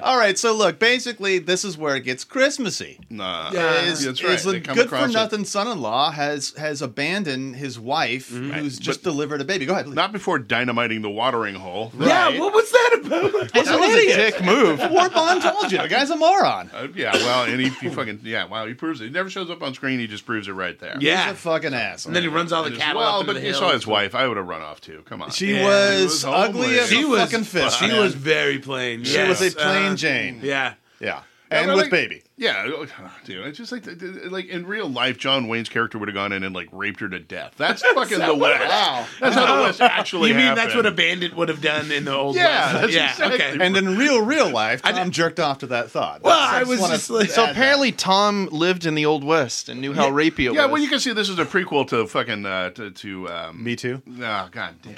Speaker 3: All right, so look, basically, this is where it gets Christmassy.
Speaker 2: nah,
Speaker 4: Yeah.
Speaker 3: Is,
Speaker 2: that's right.
Speaker 3: is the
Speaker 2: They come
Speaker 3: good for
Speaker 2: across it.
Speaker 3: nothing son-in-law has has abandoned his wife, who's just delivered a baby. Go ahead. please.
Speaker 2: Not before dynamiting the watering hole.
Speaker 4: Yeah,
Speaker 3: Right.
Speaker 4: what was that about?
Speaker 3: He's
Speaker 5: that was a dick move.
Speaker 3: Warbon told you the guy's a moron.
Speaker 2: Uh, yeah, well, and he, he fucking yeah, wow, he proves it. He never shows up on screen. He just proves it right there.
Speaker 3: He's a fucking ass.
Speaker 4: and then he runs all the cattle.
Speaker 2: well,
Speaker 4: up into
Speaker 2: but
Speaker 4: the
Speaker 2: you
Speaker 4: hills.
Speaker 2: saw his wife. I would have run off too. Come on.
Speaker 3: she
Speaker 4: Yeah,
Speaker 2: he
Speaker 3: was
Speaker 2: was
Speaker 3: ugly
Speaker 2: homeless.
Speaker 3: as
Speaker 4: She
Speaker 3: a
Speaker 4: was
Speaker 3: fucking fish.
Speaker 4: She
Speaker 3: man.
Speaker 4: was very plain.
Speaker 3: She was a plain Jane.
Speaker 4: uh, Yeah.
Speaker 3: Yeah,
Speaker 2: Yeah,
Speaker 3: and
Speaker 2: but
Speaker 3: with
Speaker 2: like-
Speaker 3: baby.
Speaker 2: Yeah, oh, dude. It's just like like in real life, John Wayne's character would have gone in and like raped her to death. That's fucking the West.
Speaker 5: Wow.
Speaker 2: That's how the West actually.
Speaker 4: you mean that's what a
Speaker 2: happened.
Speaker 4: bandit would have done in the old
Speaker 2: Yeah,
Speaker 4: West?
Speaker 2: that's exactly right.
Speaker 3: And in real, real life, Tom jerked off to that thought.
Speaker 4: Well,
Speaker 3: That's-
Speaker 4: I
Speaker 3: that's
Speaker 4: was
Speaker 3: one of-
Speaker 4: just like-
Speaker 5: So
Speaker 3: add that.
Speaker 5: apparently Tom lived in the old west and knew how rapey it
Speaker 2: Yeah,
Speaker 5: was.
Speaker 2: well, you can see this is a prequel to fucking uh, to, to um,
Speaker 3: Me too.
Speaker 2: Oh god damn.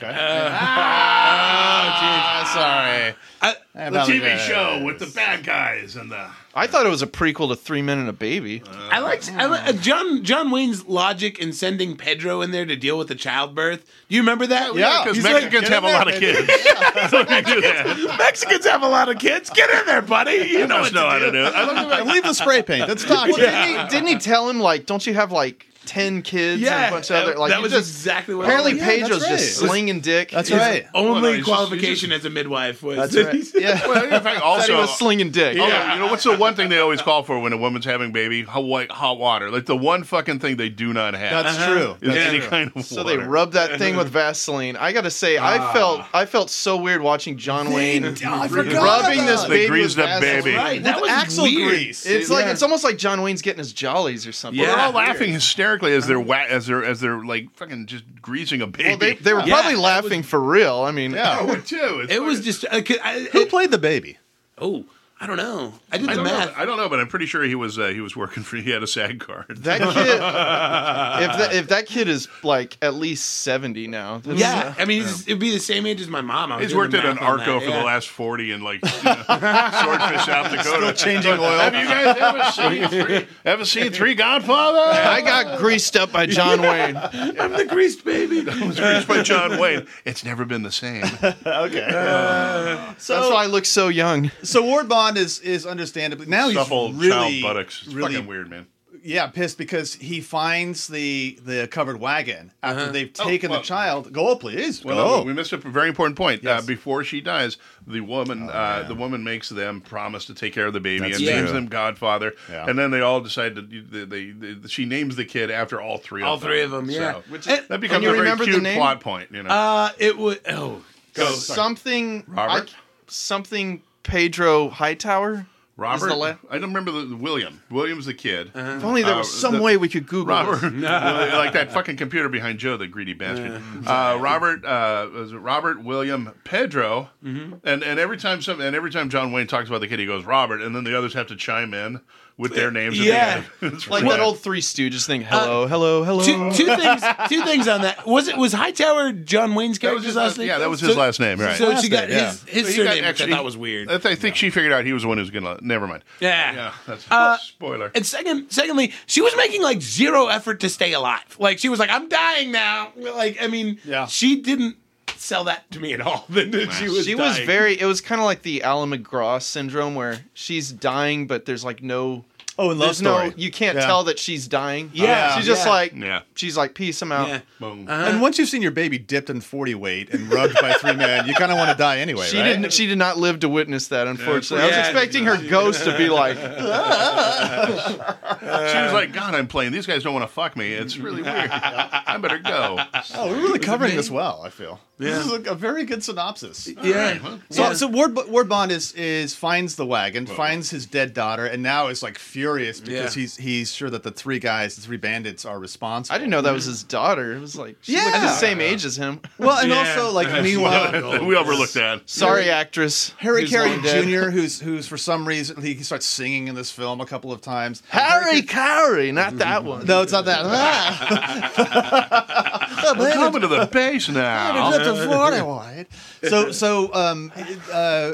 Speaker 3: Ah, sorry.
Speaker 4: I-
Speaker 2: The TV show with the bad guys and the
Speaker 3: Uh,
Speaker 5: I thought it was a prequel to Three Men and a Baby.
Speaker 4: I liked I li- uh, John John Wayne's logic in sending Pedro in there to deal with the childbirth. Do you remember that?
Speaker 3: Yeah.
Speaker 2: because
Speaker 4: He's
Speaker 2: Mexicans
Speaker 3: "Get
Speaker 2: have a
Speaker 3: in there,
Speaker 2: lot of
Speaker 3: baby."
Speaker 2: kids. So they do that.
Speaker 4: like, Mexicans have a lot of kids. Get in there, buddy. You know
Speaker 2: Must
Speaker 4: what
Speaker 2: know
Speaker 4: to
Speaker 2: how
Speaker 4: do.
Speaker 2: to do it. I love the fact-
Speaker 3: Leave the spray paint. That's toxic.
Speaker 5: Well, didn't, he, didn't he tell him like, don't you have like ten kids and
Speaker 4: Yeah,
Speaker 5: a bunch of other
Speaker 4: that-
Speaker 5: like?
Speaker 4: that
Speaker 5: you
Speaker 4: was Oh,
Speaker 5: just-
Speaker 4: exactly what.
Speaker 5: apparently
Speaker 4: I was-
Speaker 3: yeah,
Speaker 5: Pedro's
Speaker 3: that's
Speaker 5: just
Speaker 3: right.
Speaker 5: slinging dick.
Speaker 3: That's
Speaker 5: His-
Speaker 3: right.
Speaker 4: Only
Speaker 2: Well, no, he's just-
Speaker 4: qualification as a midwife was
Speaker 3: That's right.
Speaker 5: Yeah.
Speaker 2: Well, in fact, also
Speaker 5: he was slinging dick.
Speaker 2: Oh, you know what's the one thing they always call for when a woman's having a baby? Hot, white, hot water. Like the one fucking thing they do not have.
Speaker 3: That's true.
Speaker 2: is
Speaker 3: That's
Speaker 2: any
Speaker 3: true.
Speaker 2: kind of
Speaker 5: So
Speaker 2: water.
Speaker 5: they rubbed that thing with Vaseline. I gotta say, I felt I felt so weird watching John Wayne
Speaker 3: Oh, I forgot
Speaker 5: rubbing
Speaker 3: about
Speaker 5: this
Speaker 3: it.
Speaker 2: They
Speaker 5: baby
Speaker 2: greased
Speaker 5: with
Speaker 2: up
Speaker 5: Vaseline.
Speaker 2: baby.
Speaker 4: Right, that
Speaker 3: With
Speaker 4: was
Speaker 3: axle
Speaker 4: weird.
Speaker 3: grease.
Speaker 5: It's like
Speaker 4: Yeah.
Speaker 5: it's almost like John Wayne's getting his jollies or something.
Speaker 2: They're
Speaker 4: Yeah.
Speaker 2: all laughing hysterically as they're wa- as they're as they're like fucking just greasing a baby.
Speaker 5: Well, they, they were
Speaker 4: Yeah,
Speaker 5: probably
Speaker 4: that
Speaker 5: laughing for real. I mean,
Speaker 2: I would too. It's
Speaker 4: It was
Speaker 2: fucking-
Speaker 4: just. Uh, c- I,
Speaker 3: Who
Speaker 4: it-
Speaker 3: played the baby?
Speaker 4: oh, I don't know. I did
Speaker 2: I
Speaker 4: the
Speaker 2: don't, know,
Speaker 4: math.
Speaker 2: I don't know, but I'm pretty sure he was uh, he was working for. He had a SAG card.
Speaker 5: that kid. if that if that kid is like at least seventy now, that's-
Speaker 4: Yeah, I mean, it's- it'd be the same age as my mom. I was
Speaker 2: He's
Speaker 4: doing
Speaker 2: worked
Speaker 4: the
Speaker 2: at an
Speaker 4: math on
Speaker 2: Arco
Speaker 4: that,
Speaker 2: for
Speaker 4: yeah.
Speaker 2: the last forty and like you know, Swordfish, South Dakota.
Speaker 3: Changing oil.
Speaker 2: Have you guys ever seen three, ever seen Three Godfather?
Speaker 5: I got greased up by John Wayne.
Speaker 4: I'm the greased baby.
Speaker 2: was produced by John Wayne. It's never been the same.
Speaker 5: That's why I look so young.
Speaker 3: So Ward Bond is is understandably now he's
Speaker 2: Shuffle
Speaker 3: really
Speaker 2: child buttocks. It's
Speaker 3: really
Speaker 2: fucking weird, man.
Speaker 3: yeah pissed because he finds the the covered wagon after
Speaker 5: Uh-huh.
Speaker 3: they've
Speaker 2: Oh,
Speaker 3: taken
Speaker 2: well-
Speaker 3: the child. Go oh, please.
Speaker 2: Well,
Speaker 3: go.
Speaker 2: we missed a very important point.
Speaker 3: Yes.
Speaker 2: Uh, before she dies, the woman, uh, the woman makes them promise to take care of the baby
Speaker 3: That's
Speaker 2: and
Speaker 4: true.
Speaker 2: names them Godfather,
Speaker 3: Yeah.
Speaker 2: and then they all decide to. They, they, they- she names the kid after all three.
Speaker 4: All
Speaker 2: of them.
Speaker 4: three of them, yeah.
Speaker 2: So,
Speaker 4: Which is-
Speaker 2: that becomes
Speaker 5: you
Speaker 2: a very
Speaker 5: remember the
Speaker 2: cute
Speaker 5: name?
Speaker 2: plot point. You know,
Speaker 4: Uh, it would. Oh,
Speaker 2: Go.
Speaker 5: something
Speaker 2: Robert?
Speaker 5: I- something Pedro Hightower.
Speaker 2: Robert.
Speaker 5: the la-
Speaker 2: I don't remember the William. William's the kid.
Speaker 4: Uh-huh.
Speaker 5: If only there
Speaker 2: Uh,
Speaker 5: was some
Speaker 2: the-
Speaker 5: way we could Google. it.
Speaker 2: Robert, like that fucking computer behind Joe, the greedy bastard. Uh, Robert, uh, was it Robert William Pedro, and and every time some and every time John Wayne talks about the kid, he goes Robert, and then the others have to chime in with their names.
Speaker 4: Yeah.
Speaker 2: at the end. It's
Speaker 5: Like
Speaker 2: really-
Speaker 5: that old Three Stooges thing. Hello, hello, hello.
Speaker 4: two, two things. Two things on that. Was it was Hightower John Wayne's
Speaker 2: That was
Speaker 4: character's
Speaker 2: his
Speaker 4: last
Speaker 2: last,
Speaker 4: name?
Speaker 2: yeah, that was his
Speaker 4: So-
Speaker 2: last name, right?
Speaker 4: So
Speaker 3: Last
Speaker 4: she got
Speaker 3: name, yeah.
Speaker 4: his, his
Speaker 2: He got
Speaker 4: surname.
Speaker 2: extra-
Speaker 4: Actually, that was weird.
Speaker 2: I, th- I think she figured out he was the one who's gonna. Never mind.
Speaker 4: yeah.
Speaker 2: Yeah, that's
Speaker 4: Uh,
Speaker 2: spoiler.
Speaker 4: And second, secondly, she was making like zero effort to stay alive. Like she was like, "I'm dying now." Like I mean,
Speaker 3: Yeah.
Speaker 4: she didn't sell that to me at all. she was
Speaker 5: she was
Speaker 4: dying.
Speaker 5: very. It was kind of like the Alan McGraw syndrome, where she's dying, but there's like no.
Speaker 3: oh, and love
Speaker 5: There's
Speaker 3: story.
Speaker 5: no. You can't
Speaker 3: Yeah.
Speaker 5: tell that she's dying.
Speaker 4: Yeah.
Speaker 5: she's just
Speaker 4: Yeah.
Speaker 5: like.
Speaker 2: Yeah.
Speaker 5: She's like, peace. I'm out.
Speaker 4: Yeah.
Speaker 2: Boom.
Speaker 3: And once you've seen your baby dipped in forty weight and rubbed by three men, you kind of want to die anyway.
Speaker 5: She
Speaker 3: right?
Speaker 5: didn't. She did not live to witness that. Unfortunately, I
Speaker 4: Yeah,
Speaker 5: was expecting her ghost to be like,
Speaker 2: she was like, "God, I'm playing. These guys don't want to fuck me. It's really weird. I better go."
Speaker 3: Oh, we're really covering this well. I feel this is a, a very good synopsis.
Speaker 4: yeah.
Speaker 3: So, so Ward, Ward Bond is is finds the wagon, finds his dead daughter, and now is like furious because
Speaker 4: Yeah.
Speaker 3: he's he's sure that the three guys, the three bandits, are responsible.
Speaker 5: I didn't know that was his daughter. It was like, she
Speaker 3: Yeah.
Speaker 5: looked the same age as him.
Speaker 3: Well, and
Speaker 4: Yeah.
Speaker 3: also like meanwhile,
Speaker 2: we overlooked that.
Speaker 5: Sorry, actress.
Speaker 3: Harry
Speaker 5: who's
Speaker 3: Carey
Speaker 5: long dead.
Speaker 3: Jr., who's who's for some reason he he starts singing in this film a couple of times.
Speaker 5: Harry Carey, not that one.
Speaker 3: No, it's not that.
Speaker 2: We're coming to the base now.
Speaker 3: So so um uh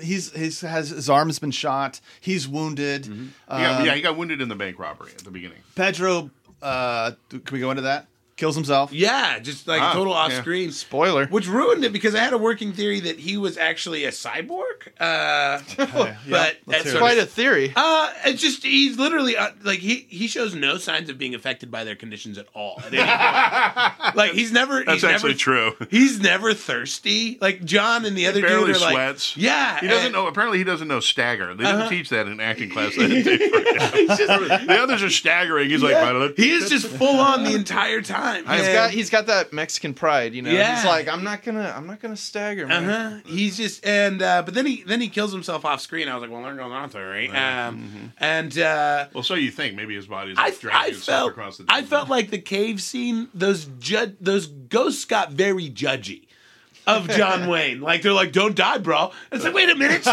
Speaker 3: he's he's has his arm's been shot. He's wounded.
Speaker 5: Mm-hmm.
Speaker 3: Uh,
Speaker 2: He got- yeah, he got wounded in the bank robbery at the beginning.
Speaker 3: Pedro, uh, can we go into that? Kills himself.
Speaker 4: Yeah, just like
Speaker 2: Ah,
Speaker 4: total off
Speaker 2: yeah.
Speaker 4: screen.
Speaker 5: Spoiler.
Speaker 4: Which ruined it because I had a working theory that he was actually a cyborg. Uh, but that's
Speaker 3: hear
Speaker 4: sort
Speaker 5: Quite
Speaker 4: of-
Speaker 5: a theory.
Speaker 4: Uh, it's just he's literally uh, like he he shows no signs of being affected by their conditions at all. at any point. like he's never
Speaker 2: That's
Speaker 4: he's
Speaker 2: actually
Speaker 4: never,
Speaker 2: true.
Speaker 4: He's never thirsty. Like John and the other
Speaker 2: barely
Speaker 4: dude are like,
Speaker 2: sweats.
Speaker 4: yeah, Uh-huh.
Speaker 2: He doesn't
Speaker 4: and-
Speaker 2: know. Apparently, he doesn't know stagger. They didn't teach that in acting class. They didn't teach- the others are staggering. He's like, "Well,
Speaker 4: He is just full on the entire time.
Speaker 5: He's
Speaker 4: man.
Speaker 5: got he's got that Mexican pride, you know.
Speaker 4: Yeah.
Speaker 5: He's like, I'm not gonna I'm not gonna stagger, man.
Speaker 4: Uh-huh. He's just and uh, but then he then he kills himself off screen. I was like, well, they're going on there, right? Um, And uh,
Speaker 2: Well, so you think maybe his body's
Speaker 4: I,
Speaker 2: like Mm-hmm. dragging
Speaker 4: I
Speaker 2: itself
Speaker 4: felt
Speaker 2: across the.
Speaker 4: I felt like the cave scene. Those ju- those ghosts got very judgy of John Wayne. Like they're like, don't die, bro. It's like, wait a minute.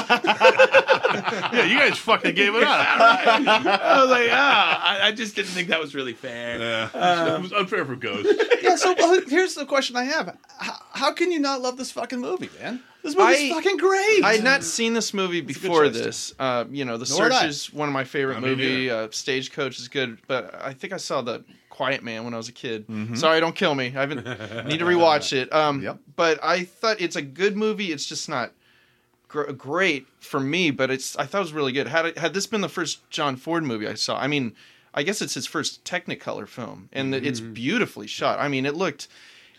Speaker 2: yeah, you guys fucking gave it up.
Speaker 4: I was like, ah, I, I just didn't think that was really fair.
Speaker 2: Yeah. it was unfair for ghosts.
Speaker 3: yeah, so well, here's the question I have: H- How can you not love this fucking movie, man? This movie's
Speaker 5: I-
Speaker 3: fucking great.
Speaker 5: I had not seen this movie before
Speaker 3: choice,
Speaker 5: this. Uh, you know, The
Speaker 3: Nor
Speaker 5: Search
Speaker 3: had I.
Speaker 5: is one of my favorite
Speaker 2: I mean,
Speaker 5: movie.
Speaker 2: yeah.
Speaker 5: Uh, Stagecoach is good, but I think I saw The Quiet Man when I was a kid. Sorry, don't kill me. I haven't need to rewatch it. Um,
Speaker 3: Mm-hmm. Yep.
Speaker 5: But I thought it's a good movie. It's just not gr- great for me, but it's I thought it was really good. Had it, had this been the first John Ford movie I saw, I mean, I guess it's his first Technicolor film, and it's
Speaker 3: Mm-hmm.
Speaker 5: beautifully shot. I mean, it looked.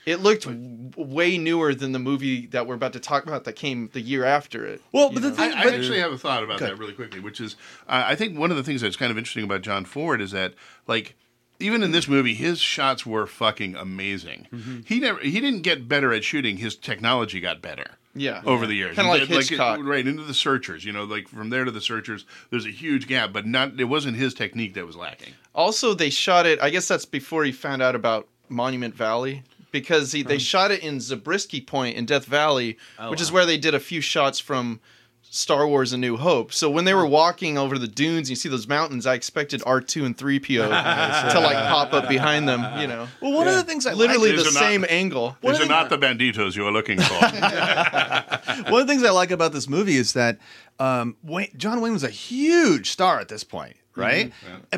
Speaker 5: It looked w- way newer than the movie that we're about to talk about that came the year after it.
Speaker 3: well,
Speaker 5: you
Speaker 3: but the
Speaker 5: know?
Speaker 3: thing,
Speaker 2: I,
Speaker 3: but-
Speaker 2: I actually have a thought about that really quickly, which is uh, I think one of the things that's kind of interesting about John Ford is that like even in this movie, his shots were fucking amazing.
Speaker 4: Mm-hmm.
Speaker 2: He never he didn't get better at shooting; his technology got better.
Speaker 5: Yeah.
Speaker 2: over the years,
Speaker 5: Kinda
Speaker 2: And
Speaker 5: like
Speaker 2: it- it-
Speaker 5: Hitchcock.
Speaker 2: right into the Searchers. You know, like from there to the Searchers, there's a huge gap, but not it wasn't his technique that was lacking.
Speaker 5: Also, they shot it. I guess that's before he found out about Monument Valley because
Speaker 4: Oh.
Speaker 5: he, they shot it in Zabriskie Point in Death Valley, which is where they did a few shots from Star Wars: A New Hope. So when they were walking over the dunes, you see those mountains. I expected R two and three PO to like pop up behind them. You know,
Speaker 3: well, one of the things I
Speaker 5: literally
Speaker 3: like,
Speaker 5: the
Speaker 2: These are not-
Speaker 5: same angle.
Speaker 3: What
Speaker 2: These
Speaker 3: do
Speaker 2: are
Speaker 3: they-
Speaker 2: not the banditos you are looking for.
Speaker 3: one of the things I like about this movie is that um, Wayne, John Wayne was a huge star at this point, right?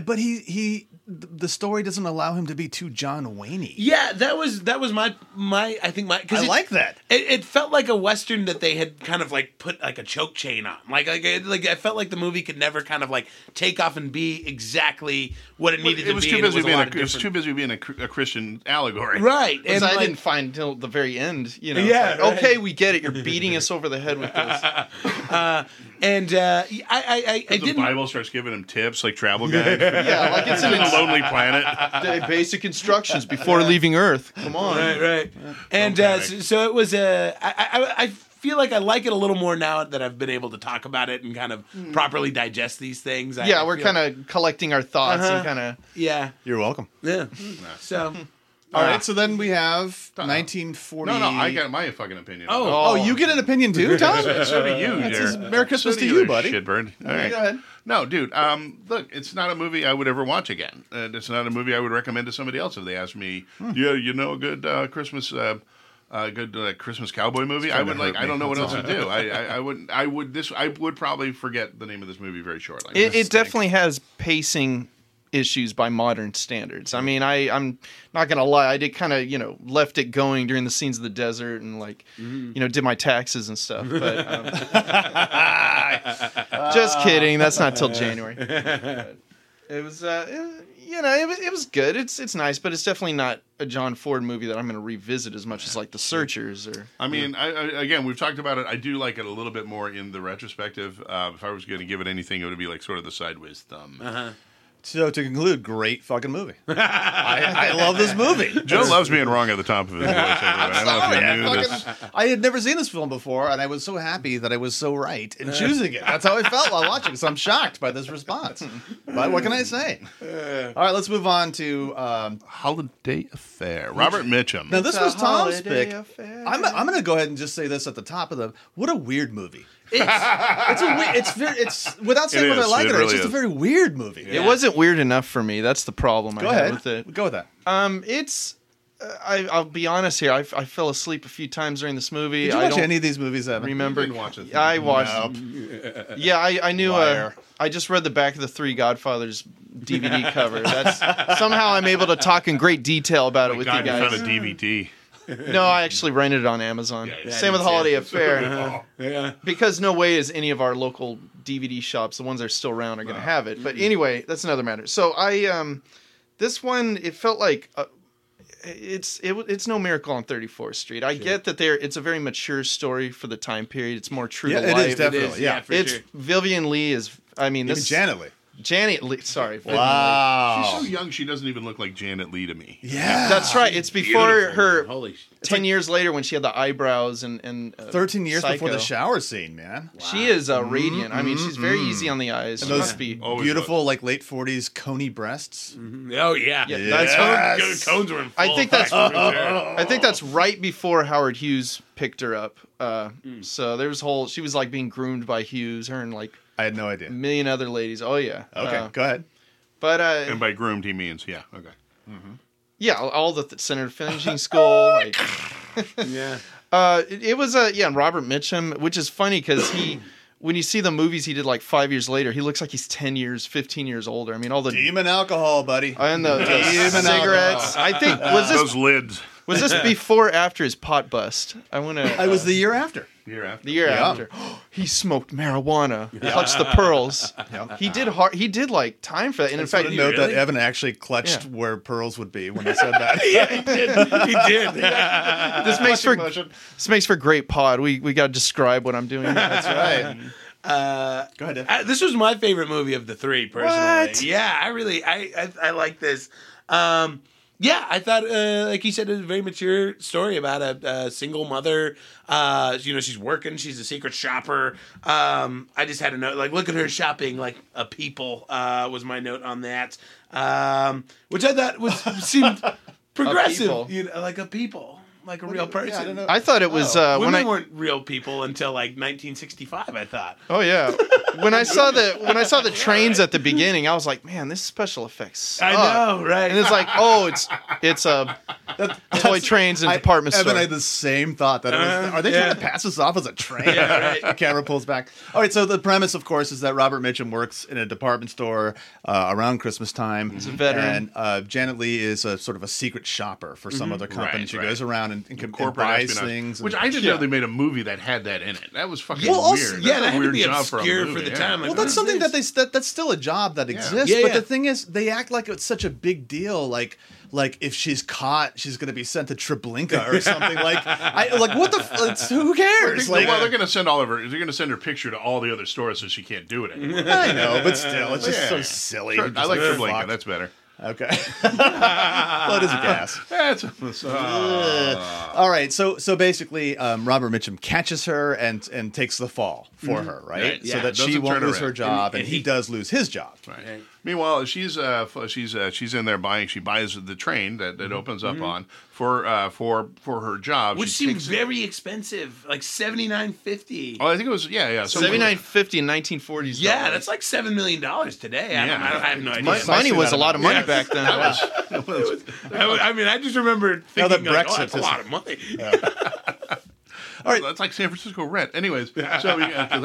Speaker 3: But he he th- the story doesn't allow him to be too John Wayne-y.
Speaker 4: Yeah, that was that was my my I think my
Speaker 3: I
Speaker 4: it-
Speaker 3: like that.
Speaker 4: It, it felt like a western that they had kind of like put like a choke chain on. Like like it- like I felt like the movie could never kind of like take off and be exactly what it needed
Speaker 2: it was
Speaker 4: to be.
Speaker 2: too
Speaker 4: and
Speaker 2: busy being
Speaker 4: lot
Speaker 2: a,
Speaker 4: of
Speaker 2: it was too
Speaker 4: different-
Speaker 2: busy being a, cr- a Christian allegory.
Speaker 4: right.
Speaker 5: Which
Speaker 4: And
Speaker 5: I
Speaker 4: like,
Speaker 5: didn't find till the very end. You know, It's
Speaker 4: Yeah,
Speaker 5: like,
Speaker 4: right.
Speaker 5: okay, we get it. You're beating us over the head with this.
Speaker 4: and uh, I I I, I
Speaker 2: The
Speaker 4: didn't.
Speaker 2: Bible starts giving him tips like travel guide.
Speaker 5: Yeah, like it's
Speaker 2: It's in
Speaker 5: an
Speaker 2: a lonely planet.
Speaker 5: Day basic instructions before leaving Earth. Come on.
Speaker 4: Right, right. And uh, so,
Speaker 2: panic.
Speaker 4: so it was a. I, I, I feel like I like it a little more now that I've been able to talk about it and kind of
Speaker 3: Hmm.
Speaker 4: properly digest these things. I-
Speaker 5: Yeah,
Speaker 4: I
Speaker 5: we're
Speaker 4: feel-
Speaker 5: kind of collecting our thoughts and
Speaker 4: Uh-huh.
Speaker 5: kind of.
Speaker 4: Yeah,
Speaker 3: You're Hmm. welcome.
Speaker 4: yeah. So.
Speaker 3: All right, so then we have 1940.
Speaker 2: No, no, I got my fucking opinion.
Speaker 4: Oh,
Speaker 3: Oh, you get an opinion too, Tom?
Speaker 2: so do you,
Speaker 3: Uh, That's
Speaker 2: dear.
Speaker 3: his- Merry Christmas
Speaker 2: so
Speaker 3: to
Speaker 2: do
Speaker 3: you,
Speaker 2: there,
Speaker 3: buddy.
Speaker 2: Shitbird. All right.
Speaker 3: Go ahead.
Speaker 2: No, dude. Um, look, it's not a movie I would ever watch again. And it's not a movie I would recommend to somebody else if they asked me.
Speaker 3: Hmm.
Speaker 2: Yeah, you know, a good uh, Christmas, uh, uh, good uh, Christmas cowboy movie. I would like. I don't know what else to do. I, I, I wouldn't. I would. This. I would probably forget the name of this movie very shortly.
Speaker 5: It, it definitely has pacing issues by modern standards. I mean, I I'm not gonna lie. I did kind of you know left it going during the scenes of the desert and like you know did my taxes and stuff. But um, just kidding. That's not till January. But It was, uh, eh, you know, it was, it was good. It's it's nice, but it's definitely not a John Ford movie that I'm going to revisit as much as like The Searchers or
Speaker 2: I mean, I, I, again, we've talked about it. I do like it a little bit more in the retrospective. Uh, if I was going to give it anything, it would be like sort of the sideways thumb.
Speaker 3: Uh-huh. So to conclude, great fucking movie. I, I love this movie.
Speaker 2: Joe loves being wrong at the top of his voice. everyone. I don't know if you
Speaker 3: I,
Speaker 2: knew this.
Speaker 3: fucking- I had never seen this film before, and I was so happy that I was so right in choosing it. That's how I felt while watching. So I'm shocked by this response. But what can I say? All right, let's move on to. Um,
Speaker 2: Holiday Affair. Robert Mitchum.
Speaker 3: now this
Speaker 5: It's a
Speaker 3: was Tom's
Speaker 5: holiday
Speaker 3: pick.
Speaker 5: affair.
Speaker 3: I'm, I'm going to go ahead and just say this at the top of the. What a weird movie. It's it's a we- it's very, it's without saying
Speaker 2: It
Speaker 3: whether I
Speaker 2: is.
Speaker 3: like it,
Speaker 2: It
Speaker 3: or it's
Speaker 2: really
Speaker 3: just a
Speaker 2: is.
Speaker 3: very weird movie.
Speaker 5: It wasn't weird enough for me. That's the problem
Speaker 3: Go
Speaker 5: I had
Speaker 3: ahead.
Speaker 5: with it.
Speaker 3: Go with that.
Speaker 5: Um, it's uh, I, I'll be honest here. I, I fell asleep a few times during this movie.
Speaker 3: Did you
Speaker 5: I
Speaker 3: watch
Speaker 5: don't
Speaker 3: any of these movies? Evan?
Speaker 5: remember.
Speaker 2: Didn't watch it.
Speaker 5: I watched. Yeah, I, I knew. Uh,
Speaker 3: Liar.
Speaker 5: I just read the back of the Three Godfathers DVD cover. That's somehow I'm able to talk in great detail about it with
Speaker 2: Oh God,
Speaker 5: you
Speaker 2: you found a
Speaker 5: guys.
Speaker 2: DVD.
Speaker 5: No, I actually rented it on Amazon.
Speaker 2: yeah, I
Speaker 5: Same with
Speaker 2: did too.
Speaker 5: Holiday Affair.
Speaker 3: Ah.
Speaker 4: Yeah.
Speaker 5: because no way is any of our local DVD shops, the ones that are still around, are going to have it.
Speaker 3: Mm-hmm.
Speaker 5: But anyway, that's another matter. So I, um, this one, it felt like uh, it's it, w- it's no miracle on 34th Street. I get that there, it's a very mature story for the time period. It's more true
Speaker 3: Yeah,
Speaker 5: to
Speaker 3: it
Speaker 5: life.
Speaker 3: is definitely.
Speaker 4: is,
Speaker 3: yeah,
Speaker 4: yeah, for
Speaker 5: it's
Speaker 4: sure.
Speaker 5: Vivian Lee is. I mean,
Speaker 3: Even
Speaker 5: this
Speaker 3: Janet Leigh.
Speaker 5: Janet Lee. Sorry. Vivian Leigh.
Speaker 2: She's
Speaker 6: Wow.
Speaker 2: so young, she doesn't even look like Janet Lee to me.
Speaker 3: Yeah.
Speaker 5: That's right. It's before
Speaker 6: Beautiful,
Speaker 5: her.
Speaker 6: man. Holy shit.
Speaker 5: Ten years later, when she had the eyebrows and and uh,
Speaker 3: 13 years before the
Speaker 5: Psycho.
Speaker 3: shower scene, man.
Speaker 5: She is uh, radiant. I mean, she's very easy on the eyes. She
Speaker 3: Mm-hmm. those-
Speaker 5: must be.
Speaker 2: Always
Speaker 3: Beautiful, like late 40s coney breasts.
Speaker 4: Oh yeah.
Speaker 5: Yeah,
Speaker 2: That's
Speaker 5: that's.
Speaker 2: how good cones were in full
Speaker 5: I think that's-
Speaker 2: effect right there.
Speaker 5: I think that's right before Howard Hughes picked her up. Uh, So there was whole. She was like being groomed by Hughes. Her and like
Speaker 3: I had no
Speaker 5: a
Speaker 3: idea.
Speaker 5: million other ladies. Oh yeah.
Speaker 3: Okay,
Speaker 5: Uh,
Speaker 3: go ahead.
Speaker 5: but uh,
Speaker 2: And by groomed, he means yeah. Okay.
Speaker 5: yeah, all the th- Senator Finishing School. Like,
Speaker 4: Yeah.
Speaker 5: Uh, it, it was a yeah, and Robert Mitchum, which is funny because he, when you see the movies he did like five years later, he looks like he's ten years, fifteen years older. I mean, all the
Speaker 3: Demon alcohol, buddy.
Speaker 5: and the, the
Speaker 3: Demon
Speaker 5: cigarettes. I think was
Speaker 2: Those
Speaker 5: this
Speaker 2: lids.
Speaker 5: was this before or after his pot bust? I want to.
Speaker 3: I was the year after.
Speaker 2: Year after.
Speaker 5: the year
Speaker 3: Yeah.
Speaker 5: after. he smoked marijuana, clutched the pearls. He did hard. He did like time for that. And in fact,
Speaker 3: But note
Speaker 4: really?
Speaker 3: that Evan actually clutched
Speaker 5: Yeah.
Speaker 3: where pearls would be when I said that.
Speaker 4: He did.
Speaker 5: this makes for this makes for great pod. We we got to describe what I'm doing. That's
Speaker 3: Right. go ahead. Uh, Evan.
Speaker 4: I, this was my favorite movie of the three, personally.
Speaker 5: What?
Speaker 4: Yeah, I really, I, I, I like this. Um, yeah, I thought, uh, like you said, it's a very mature story about a, a single mother. Uh, you know, she's working. She's a secret shopper. Um, I just had a note, like, look at her shopping like a people. Uh, was my note on that, um, which I thought was seemed
Speaker 5: people.
Speaker 4: progressive. You know, like a people, like a real person.
Speaker 3: Yeah, I don't know.
Speaker 5: I thought it was uh, when
Speaker 4: Women
Speaker 5: I
Speaker 4: weren't real people until like 1965. I thought.
Speaker 5: Oh yeah. When I saw the when I saw the trains at the beginning, I was like, man, this special effects.
Speaker 4: I
Speaker 5: suck."
Speaker 4: know, right?
Speaker 5: And it's like, oh, it's it's uh, toy trains in a department
Speaker 3: Evan
Speaker 5: store.
Speaker 3: had the same thought that it was,
Speaker 4: Uh,
Speaker 3: are they
Speaker 4: yeah.
Speaker 3: trying to pass us off as a train?
Speaker 4: Yeah,
Speaker 3: The camera pulls back. All right, so the premise, of course, is that Robert Mitchum works in a department store uh, around Christmas time. He's
Speaker 5: a veteran.
Speaker 3: and uh, Janet Lee is a sort of a secret shopper for some other company.
Speaker 2: Right,
Speaker 3: she
Speaker 2: right.
Speaker 3: goes around and, and, com- and
Speaker 2: Corporate
Speaker 3: buys
Speaker 2: espionage,
Speaker 3: things,
Speaker 2: which
Speaker 3: and-
Speaker 2: I didn't know they made a movie that had that in it. That was fucking
Speaker 4: Well,
Speaker 2: weird.
Speaker 4: also-
Speaker 2: That's
Speaker 4: yeah, that
Speaker 2: a
Speaker 4: had to
Speaker 2: weird
Speaker 4: be
Speaker 2: job for, a
Speaker 4: obscure for
Speaker 2: movie,
Speaker 4: the
Speaker 2: yeah.
Speaker 4: time, like-
Speaker 3: Well, that's
Speaker 4: Oh,
Speaker 3: something
Speaker 4: nice.
Speaker 3: that they that, that's still a job that exists.
Speaker 4: Yeah,
Speaker 3: but
Speaker 4: yeah.
Speaker 3: the thing is, they act like it's such a big deal. Like like if she's caught, she's going to be sent to Treblinka or something. like I like what the f- it's, who cares? Like
Speaker 2: well, they're gonna send all of her. They're gonna send her picture to all the other stores, so she can't do it anymore.
Speaker 3: I know, but still, it's just
Speaker 2: Yeah.
Speaker 3: so silly.
Speaker 2: Sure, I like
Speaker 3: Just
Speaker 2: Treblinka.
Speaker 3: fuck.
Speaker 2: That's better.
Speaker 3: Okay. well, it is a gas.
Speaker 2: That's uh,
Speaker 3: All right, so so basically, um, Robert Mitchum catches her and and takes the fall for her, right?
Speaker 2: Right, Mm-hmm.
Speaker 3: So
Speaker 2: yeah.
Speaker 3: that she
Speaker 2: Doesn't
Speaker 3: won't
Speaker 2: turn
Speaker 3: lose her
Speaker 2: around.
Speaker 3: job, and,
Speaker 4: And- and
Speaker 3: he,
Speaker 4: he-
Speaker 3: does lose his job.
Speaker 2: Right.
Speaker 4: Right.
Speaker 2: Meanwhile, she's uh, f- she's uh, she's in there buying. She buys the train that, that opens up on for uh, for for her job,
Speaker 4: Mm-hmm. which
Speaker 2: She
Speaker 4: seemed
Speaker 2: takes-
Speaker 4: very expensive, like seventy nine fifty.
Speaker 2: Oh, I think it was yeah, yeah, something
Speaker 5: Seventy
Speaker 2: like
Speaker 5: nine fifty in nineteen forties.
Speaker 4: Yeah, that's like seven million dollars today. I,
Speaker 2: Yeah.
Speaker 4: I, I have no idea.
Speaker 5: like, money was a lot of money
Speaker 4: Yeah.
Speaker 5: back then.
Speaker 2: that. It was-
Speaker 4: I, would- I mean, I just remember
Speaker 3: Now
Speaker 4: thinking
Speaker 3: that
Speaker 4: like, oh,
Speaker 3: Brexit
Speaker 4: that's a
Speaker 3: is-
Speaker 4: lot of money.
Speaker 2: That's like San Francisco rent. Anyways, so because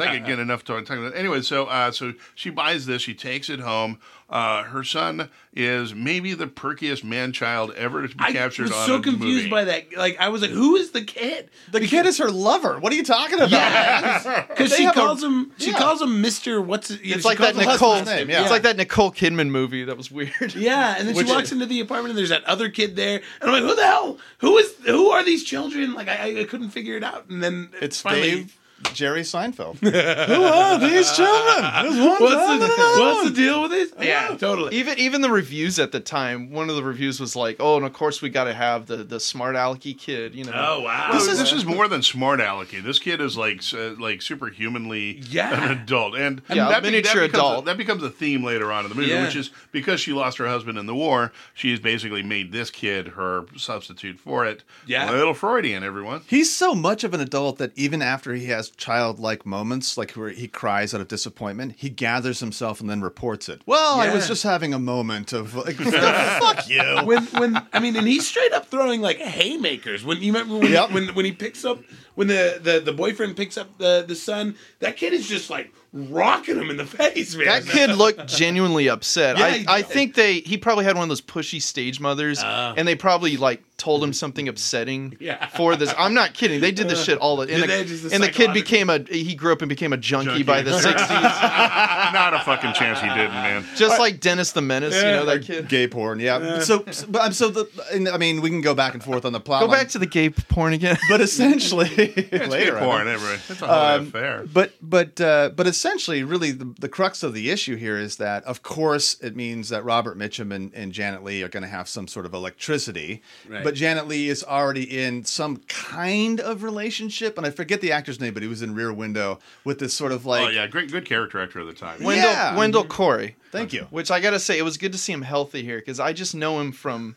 Speaker 2: I could get enough to talking about. Anyway, so uh, so she buys this. She takes it home. Uh, her son is maybe the perkiest man child ever to be
Speaker 4: I was
Speaker 2: captured on
Speaker 4: so
Speaker 2: a
Speaker 4: confused
Speaker 2: movie.
Speaker 4: by that. Like, I was like, who is the kid?
Speaker 3: The kid is her lover. What are you talking about?
Speaker 4: Because
Speaker 3: They
Speaker 4: she
Speaker 3: have a-
Speaker 4: calls him. She
Speaker 3: yeah.
Speaker 4: calls him Mister. What's it- you know,
Speaker 5: It's
Speaker 4: she
Speaker 5: like that
Speaker 4: calls him-
Speaker 5: Nicole.
Speaker 3: husband's name, yeah.
Speaker 5: It's like that Nicole Kidman movie that was weird.
Speaker 4: Yeah, and then
Speaker 3: Which-
Speaker 4: she walks into the apartment and there's that other kid there, and I'm like, who the hell? Who is? Who are these children? Like, I, I couldn't figure it out, and then
Speaker 3: It's
Speaker 4: finally.
Speaker 3: Dave, Jerry Seinfeld. Who are these children? There's one
Speaker 4: What's the,
Speaker 3: child and another
Speaker 4: what's
Speaker 3: one.
Speaker 4: the deal with this? Yeah, totally.
Speaker 5: Even even the reviews at the time, one of the reviews was like, "Oh, and of course we got to have the the smart alecky kid," you know.
Speaker 4: Oh wow!
Speaker 2: This is, this is more than smart alecky. This kid is like s- uh, like superhumanly
Speaker 4: Yeah.
Speaker 2: an adult, and
Speaker 5: Yeah, a
Speaker 2: that be- that
Speaker 5: miniature
Speaker 2: becomes a-
Speaker 5: adult.
Speaker 2: that becomes a theme later on in the movie,
Speaker 4: Yeah.
Speaker 2: which is because she lost her husband in the war, she's basically made this kid her substitute for it.
Speaker 4: Yeah.
Speaker 2: little Freudian, everyone.
Speaker 3: He's so much of an adult that even after he has childlike moments, like where he cries out of disappointment, he gathers himself and then reports it. Well, I was
Speaker 4: Yeah.
Speaker 3: just having a moment of like, fuck you.
Speaker 4: when when I mean, and he's straight up throwing like haymakers. When you remember when,
Speaker 3: Yep.
Speaker 4: he, when when he picks up when the, the the boyfriend picks up the the son, that kid is just like rocking him in the face, man.
Speaker 5: That kid looked genuinely upset.
Speaker 4: Yeah,
Speaker 5: I,
Speaker 4: he
Speaker 5: I
Speaker 4: did. Uh.
Speaker 5: think they he probably had one of those pushy stage mothers, and they probably like told him something upsetting
Speaker 4: Yeah.
Speaker 5: for this. I'm not kidding. They did this shit all the and,
Speaker 4: Did
Speaker 5: the,
Speaker 4: they? Just the
Speaker 5: and the kid
Speaker 4: psychological-
Speaker 5: became a he grew up and became a junkie,
Speaker 2: Junkie.
Speaker 5: by the 60s.
Speaker 2: Not a fucking chance he didn't, man.
Speaker 5: Just like Dennis the Menace, you know that kid.
Speaker 3: Gay porn, yeah. So, so- but I'm so the. And, I mean, we can go back and forth on the plot.
Speaker 5: Go
Speaker 3: line,
Speaker 5: back to the gay porn again.
Speaker 3: But essentially,
Speaker 2: It's
Speaker 3: later
Speaker 2: gay
Speaker 3: on-
Speaker 2: porn, everybody. It's a
Speaker 5: Um,
Speaker 2: whole affair.
Speaker 3: But but uh, but essentially, really, the, the crux of the issue here is that, of course, it means that Robert Mitchum and, and Janet Lee are going to have some sort of electricity.
Speaker 4: Right.
Speaker 3: But Janet Lee is already in some kind of relationship, and I forget the actor's name, but he was in Rear Window with this sort of like,
Speaker 2: oh yeah, great, good character actor at the time.
Speaker 5: Wendell
Speaker 3: Yeah.
Speaker 5: Wendell Corey.
Speaker 3: thank you.
Speaker 5: Which I gotta say, it was good to see him healthy here because I just know him from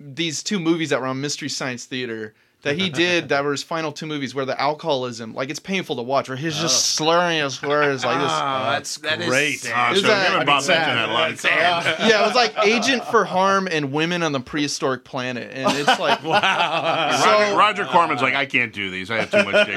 Speaker 5: these two movies that were on Mystery Science Theater that he did that were his final two movies where the alcoholism, like it's painful to watch, where he's just slurring his words like
Speaker 3: Ah.
Speaker 5: this.
Speaker 4: Oh, that's that is
Speaker 3: great.
Speaker 2: Ah,
Speaker 4: sad.
Speaker 2: so
Speaker 5: Is that-
Speaker 2: him
Speaker 5: I
Speaker 2: and Bob
Speaker 5: mean,
Speaker 2: Benson
Speaker 3: sad.
Speaker 2: had a lot in common.
Speaker 5: Yeah, it was like Agent for Harm and Women on the Prehistoric Planet. And it's like,
Speaker 2: Roger, Roger Corman's like, I can't do these. I have too much dignity.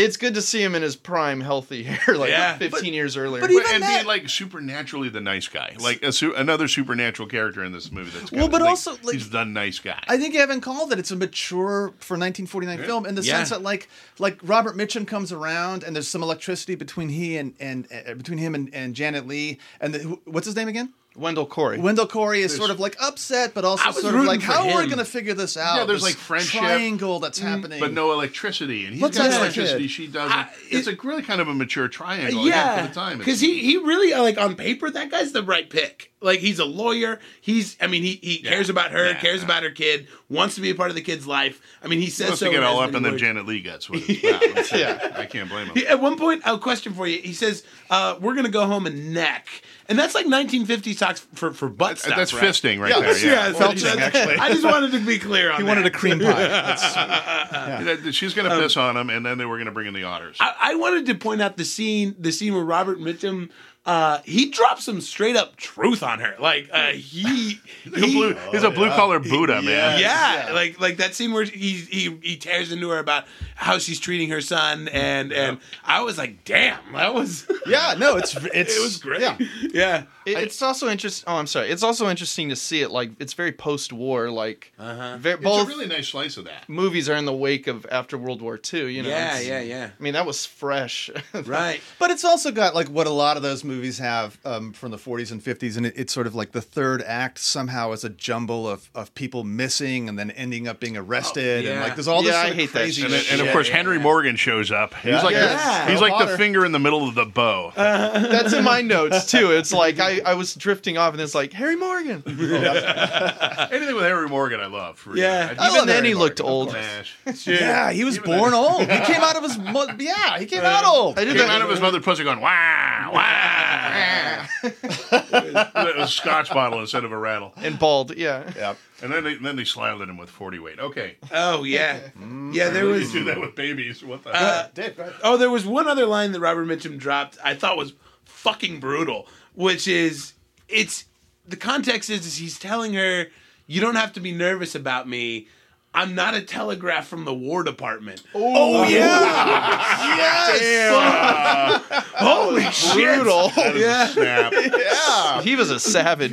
Speaker 5: it's good to see him in his prime healthy here, like
Speaker 4: Yeah.
Speaker 5: 15 years earlier.
Speaker 3: but he-
Speaker 2: But- and
Speaker 3: that-
Speaker 2: being like supernaturally the nice guy, like a su- another supernatural character in this movie. That's
Speaker 3: Well,
Speaker 2: kinda
Speaker 3: but
Speaker 2: like,
Speaker 3: also, like-
Speaker 2: he's the nice guy.
Speaker 3: I think Evan called it. It's a mature for 1949 film in the
Speaker 4: Yeah.
Speaker 3: sense that like like Robert Mitchum comes around and there's some electricity between he and and uh, between him and, and Janet Lee and the, who- what's his name again?
Speaker 5: Wendell Corey.
Speaker 3: Wendell Corey is sort of like upset, but also
Speaker 4: I was
Speaker 3: sort of
Speaker 4: rooting
Speaker 3: like,
Speaker 4: for
Speaker 3: how are we
Speaker 4: him.
Speaker 3: going to figure this out?
Speaker 2: Yeah, there's,
Speaker 3: This
Speaker 2: like, friendship,
Speaker 3: triangle
Speaker 4: Mm,
Speaker 3: that's happening.
Speaker 2: but no electricity, and he's
Speaker 3: What's
Speaker 2: got
Speaker 3: that
Speaker 2: electricity.
Speaker 3: kid?
Speaker 2: She doesn't.
Speaker 4: I-
Speaker 2: it's a really kind of a mature triangle. again,
Speaker 4: yeah,
Speaker 2: for the time,
Speaker 4: because he he really like on paper that guy's the right pick. Like he's a lawyer. He's I mean he, he cares about her,
Speaker 2: Yeah.
Speaker 4: cares about her kid, wants to be a part of the kid's life. I mean he says
Speaker 2: wants
Speaker 4: so.
Speaker 2: to get
Speaker 4: in
Speaker 2: all up
Speaker 4: as
Speaker 2: in
Speaker 4: many
Speaker 2: them
Speaker 4: words.
Speaker 2: Janet Lee guts with his mouth.
Speaker 5: Yeah.
Speaker 2: I can't blame him. Uh,
Speaker 4: He- At one point, a question for you. He says, uh, "We're gonna go home and neck," and that's like 1950s talks for for butt
Speaker 2: That's,
Speaker 4: stuff,
Speaker 2: that's
Speaker 4: right?
Speaker 2: fisting right
Speaker 3: Yeah,
Speaker 2: there.
Speaker 3: that's-
Speaker 2: Yeah,
Speaker 4: Yeah, so
Speaker 3: Felching,
Speaker 4: just-
Speaker 3: actually.
Speaker 4: I just wanted to be clear on.
Speaker 3: he wanted
Speaker 4: that.
Speaker 3: a cream pie. That's-
Speaker 2: That- she's going to
Speaker 3: Um,
Speaker 2: piss on him, and then they were going to bring in the otters.
Speaker 4: I, I wanted to point out the scene, the scene where Robert Mitchum, uh, he drops some straight up truth on her. Like uh, he,
Speaker 2: he's a
Speaker 4: he-
Speaker 2: blue,
Speaker 3: Oh,
Speaker 2: he's a blue collar Buddha, man.
Speaker 4: yeah, like like that scene where he he he tears into her about how she's treating her son, and and I was like, damn, that was
Speaker 3: yeah, no, it's it's
Speaker 4: it was great.
Speaker 3: Yeah.
Speaker 4: Yeah, yeah.
Speaker 5: It, it's also interesting. Oh, I'm sorry. It's also interesting to see it. Like it's very post-war. Like
Speaker 4: Uh-huh.
Speaker 5: uh
Speaker 2: It's a
Speaker 5: both
Speaker 2: really nice slice of that.
Speaker 5: movies are in the wake of after World War II. You know.
Speaker 4: yeah,
Speaker 5: it's-
Speaker 4: yeah,
Speaker 5: I mean, that was fresh.
Speaker 4: Right.
Speaker 3: But it's also got like what a lot of those movies have um, from the 40s and 50s, and it, it's sort of like the third act somehow is a jumble of, of people missing and then ending up being arrested, and
Speaker 4: yeah.
Speaker 3: like there's all this
Speaker 5: Yeah, I
Speaker 3: sort of
Speaker 5: hate that
Speaker 3: crazy
Speaker 5: shit.
Speaker 2: And, then- and of
Speaker 4: Yeah,
Speaker 2: course,
Speaker 4: yeah,
Speaker 2: Henry
Speaker 4: yeah.
Speaker 2: Morgan shows up. He's
Speaker 3: Yeah.
Speaker 2: like
Speaker 4: Yeah.
Speaker 2: the, he's like
Speaker 3: Potter.
Speaker 2: the finger in the middle of the bow.
Speaker 5: That's in my notes too. It's like I, I was drifting off, and it's like Harry Morgan.
Speaker 2: Anything with Harry Morgan, I love. for real.
Speaker 4: Yeah.
Speaker 2: I
Speaker 3: I
Speaker 5: Even
Speaker 3: love
Speaker 5: then,
Speaker 3: Harry
Speaker 5: he looked
Speaker 3: Morgan,
Speaker 5: old.
Speaker 2: Smash.
Speaker 3: Yeah, he was born old. He came out of his mo- yeah, he came out old.
Speaker 5: I did
Speaker 2: Came
Speaker 5: that.
Speaker 2: out of his mother pussy going wow wow. it was a Scotch bottle instead of a rattle,
Speaker 5: and bald. Yeah.
Speaker 3: Yeah.
Speaker 2: and then they, then they slanted him with forty weight. Okay,
Speaker 4: Oh yeah, yeah. There
Speaker 2: you
Speaker 4: was
Speaker 2: do that with babies. What the?
Speaker 3: Did, right?
Speaker 4: Oh, there was one other line that Robert Mitchum dropped I thought was fucking brutal, which is it's the context is, is he's telling her, You don't have to be nervous about me. I'm not a telegraph from the War Department.
Speaker 3: Oh yeah, yes.
Speaker 4: Holy shit!
Speaker 5: Brutal.
Speaker 4: Yeah.
Speaker 2: Snap.
Speaker 5: He was a savage.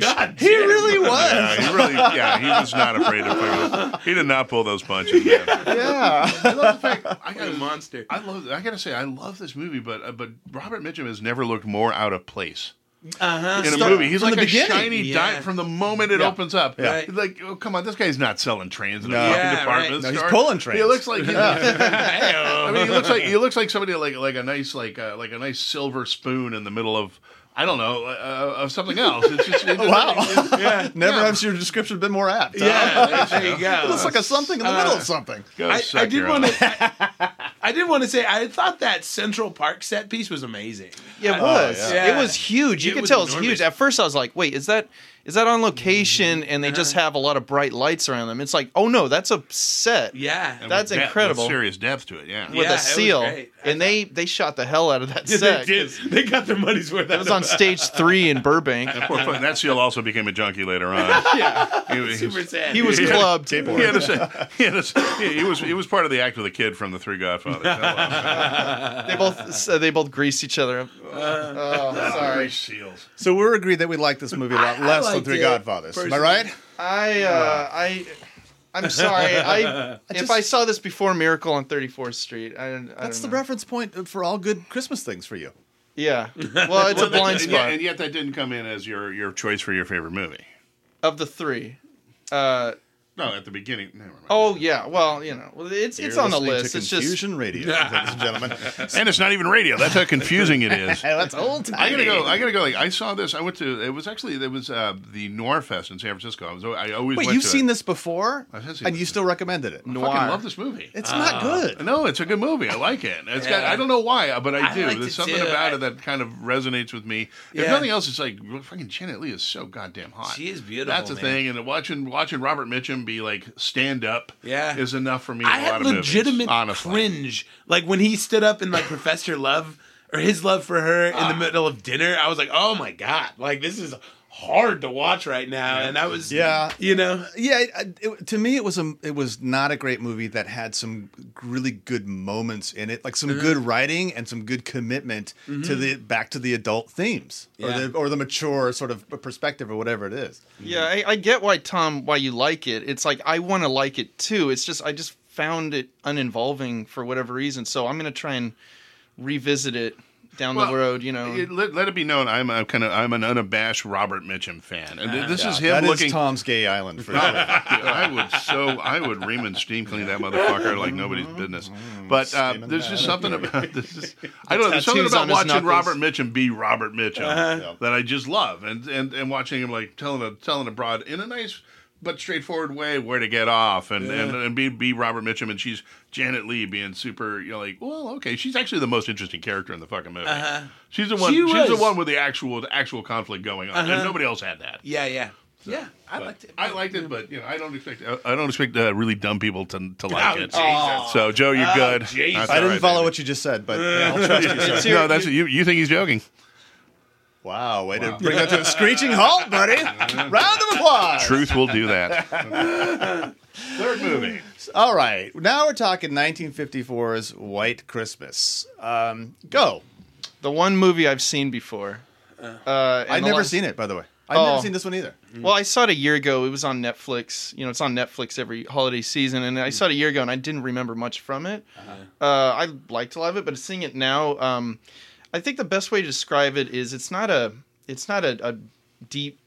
Speaker 4: God,
Speaker 3: He really was.
Speaker 2: Yeah, he really. Yeah, he was not afraid of. fucking- He did not pull those punches. Man.
Speaker 3: Yeah.
Speaker 2: I love the fact. I
Speaker 4: a
Speaker 2: gotta-
Speaker 4: monster.
Speaker 2: I love. I gotta say, I love this movie, but uh, but Robert Mitchum has never looked more out of place
Speaker 4: Uh-huh.
Speaker 2: in a
Speaker 3: Start-
Speaker 2: movie. He's
Speaker 3: from
Speaker 2: like
Speaker 3: the
Speaker 2: a
Speaker 3: beginning.
Speaker 2: shiny
Speaker 4: Yeah.
Speaker 2: dime from the moment it
Speaker 3: Yeah.
Speaker 2: opens up.
Speaker 3: Yeah.
Speaker 4: Right.
Speaker 2: Like, oh come on, this guy's not selling trains in a
Speaker 3: No.
Speaker 2: fucking
Speaker 4: Yeah,
Speaker 2: department
Speaker 4: right.
Speaker 3: No, he's
Speaker 2: store.
Speaker 3: pulling trains.
Speaker 2: He looks like.
Speaker 4: Hey-oh.
Speaker 2: I mean, he looks like he looks like somebody like like a nice like uh, like a nice silver spoon in the middle of. I don't know uh, of something else. It's just it
Speaker 3: Wow.
Speaker 4: yeah.
Speaker 3: Never has your description been more apt. huh?
Speaker 4: Yeah, there you go.
Speaker 3: It looks like a something in the middle of something.
Speaker 2: Go
Speaker 4: I,
Speaker 2: suck
Speaker 4: I did
Speaker 2: your
Speaker 4: want
Speaker 2: own.
Speaker 4: to. I, I did want to say I thought that Central Park set piece was amazing. Uh,
Speaker 5: Yeah, it was.
Speaker 4: Oh, yeah.
Speaker 5: It was huge. You
Speaker 4: It
Speaker 5: could
Speaker 4: was
Speaker 5: tell it was
Speaker 4: enormous.
Speaker 5: huge. At first, I was like, "Wait, is that is that on location?" And they just
Speaker 4: Uh-huh.
Speaker 5: have a lot of bright lights around them. It's like, "Oh no, that's a set."
Speaker 4: Yeah,
Speaker 2: And
Speaker 5: That's
Speaker 2: with depth-
Speaker 5: incredible.
Speaker 2: with serious depth to it. Yeah.
Speaker 5: With
Speaker 4: Yeah, it
Speaker 5: a
Speaker 4: was
Speaker 5: seal,
Speaker 4: great. I
Speaker 5: and they they shot the hell out of that set.
Speaker 4: they did. They got their money's worth.
Speaker 5: It was on stage three in Burbank.
Speaker 2: Poor fuck, that seal also became a junkie later on.
Speaker 5: yeah,
Speaker 2: He was-
Speaker 4: super sad.
Speaker 5: he was clubbed.
Speaker 2: He had to say, he, had to say- he was he was part of the act with a kid from the Three Godfathers.
Speaker 5: They both uh, they both greased each other. up.
Speaker 4: Uh.
Speaker 5: oh, sorry.
Speaker 2: seals.
Speaker 3: So we're agreed that we like this movie a lot
Speaker 4: I
Speaker 3: less than
Speaker 4: liked
Speaker 3: Three
Speaker 4: it,
Speaker 3: Godfathers. Am I
Speaker 4: personally.
Speaker 3: right?
Speaker 5: I uh, I I'm sorry. I if I saw this before Miracle on 34th Street, I, don't- I
Speaker 3: That's the
Speaker 5: don't know.
Speaker 3: reference point for all good Christmas things for you.
Speaker 5: Yeah. Well, it's a blind
Speaker 2: and,
Speaker 5: spot.
Speaker 2: yet, and yet that didn't come in as your, your choice for your favorite movie.
Speaker 5: Of the three. Uh,
Speaker 2: No, at the beginning. Never mind.
Speaker 5: oh, yeah. Well, you know, well, it's it's on the list. It's just.
Speaker 3: Confusion Radio, ladies and gentlemen.
Speaker 2: and it's not even radio. That's how confusing it is.
Speaker 3: Hey, that's old
Speaker 2: I gotta go. I gotta go. Like I saw this. I went to. It was actually it was uh, the Norfest in San Francisco. I was. I always
Speaker 3: Wait,
Speaker 2: went
Speaker 3: you've
Speaker 2: to
Speaker 3: seen
Speaker 2: it.
Speaker 3: this before,
Speaker 2: I have seen
Speaker 3: and
Speaker 2: this
Speaker 3: you still recommended it.
Speaker 2: I fucking love this movie.
Speaker 3: It's not good.
Speaker 2: No, it's a good movie. I like it. It's got. I don't know why, but I
Speaker 4: I
Speaker 2: do.
Speaker 4: liked
Speaker 2: There's
Speaker 4: it
Speaker 2: something
Speaker 4: too.
Speaker 2: about
Speaker 4: I-
Speaker 2: it that kind of resonates with me. If
Speaker 4: Yeah.
Speaker 2: nothing else, it's like well, fucking Janet Lee is so goddamn hot.
Speaker 4: She is beautiful,
Speaker 2: That's the
Speaker 4: man.
Speaker 2: thing. And watching watching Robert Mitchum be like stand up.
Speaker 4: Yeah.
Speaker 2: is enough for me. in
Speaker 4: I
Speaker 2: a lot
Speaker 4: had
Speaker 2: of movies,
Speaker 4: legitimate
Speaker 2: honestly.
Speaker 4: cringe, like when he stood up and like Professor Love or his love for her in the middle of dinner. I was like, oh my god, like this is hard to watch right now, and I was
Speaker 3: Yeah.
Speaker 4: you know,
Speaker 3: Yeah, it, it, to me, it was a it was not a great movie that had some really good moments in it, like some good writing and some good commitment to the back to the adult themes
Speaker 4: Yeah.
Speaker 3: or the or the mature sort of perspective or whatever it is.
Speaker 5: Yeah, I, I get why, Tom, why you like it. It's like, I want to like it too. It's just, I just found it uninvolving for whatever reason. So I'm going to try and revisit it down
Speaker 2: Well,
Speaker 5: the road, you know.
Speaker 2: It- let, let it be known, I'm a kind of I'm an unabashed Robert Mitchum fan, and
Speaker 4: Uh,
Speaker 2: th- this
Speaker 3: Yeah,
Speaker 2: is him
Speaker 3: that
Speaker 2: looking.
Speaker 3: Tom's gay island for sure.
Speaker 2: I would so I would ream and steam clean that motherfucker like nobody's business. But uh,
Speaker 3: Steaming
Speaker 2: there's just
Speaker 3: that.
Speaker 2: something about this. Is, I don't know. There's something
Speaker 5: tattoos
Speaker 2: about
Speaker 5: on his
Speaker 2: watching
Speaker 5: knuckles. Uh-huh.
Speaker 2: Robert Mitchum be Robert Mitchum
Speaker 3: Yeah.
Speaker 2: that I just love, and and and watching him like telling a telling a broad in a nice. But straightforward way where to get off and, and, and be, be Robert Mitchum and she's Janet Lee being super you know like well okay she's actually the most interesting character in the fucking movie
Speaker 5: Uh-huh.
Speaker 2: she's the one
Speaker 4: She
Speaker 2: she's the
Speaker 4: was.
Speaker 2: one with the actual the actual conflict going on
Speaker 5: Uh-huh.
Speaker 2: and nobody else had that
Speaker 4: yeah, yeah, yeah. I
Speaker 2: but-
Speaker 4: liked it.
Speaker 2: I liked it, but you know, I don't expect I I don't expect uh, really dumb people to to like
Speaker 4: Oh,
Speaker 2: it.
Speaker 4: Jesus.
Speaker 2: So, Joe, you're good.
Speaker 4: Jesus.
Speaker 2: That's
Speaker 3: I
Speaker 2: all
Speaker 3: didn't
Speaker 2: right,
Speaker 3: follow
Speaker 2: baby.
Speaker 3: what you just said, but yeah, I'll trust you. sir.
Speaker 2: no, that's you. You think he's joking?
Speaker 3: Wow, way to bring that to a screeching halt, buddy. Round of applause.
Speaker 2: Truth will do that. Third movie.
Speaker 3: All right, now we're talking 1954's White Christmas. Um, go.
Speaker 5: the one movie I've seen before. Uh,
Speaker 3: I've never seen it, by the way. I've
Speaker 5: Oh.
Speaker 3: never seen this one either.
Speaker 2: Mm-hmm.
Speaker 5: Well, I saw it a year ago. It was on Netflix. You know, it's on Netflix every holiday season, and
Speaker 2: Mm-hmm.
Speaker 5: I saw it a year ago, and I didn't remember much from it.
Speaker 2: Uh-huh.
Speaker 5: Uh, I liked a lot of it, but seeing it now, um, I think the best way to describe it is it's not a it's not a, a deep.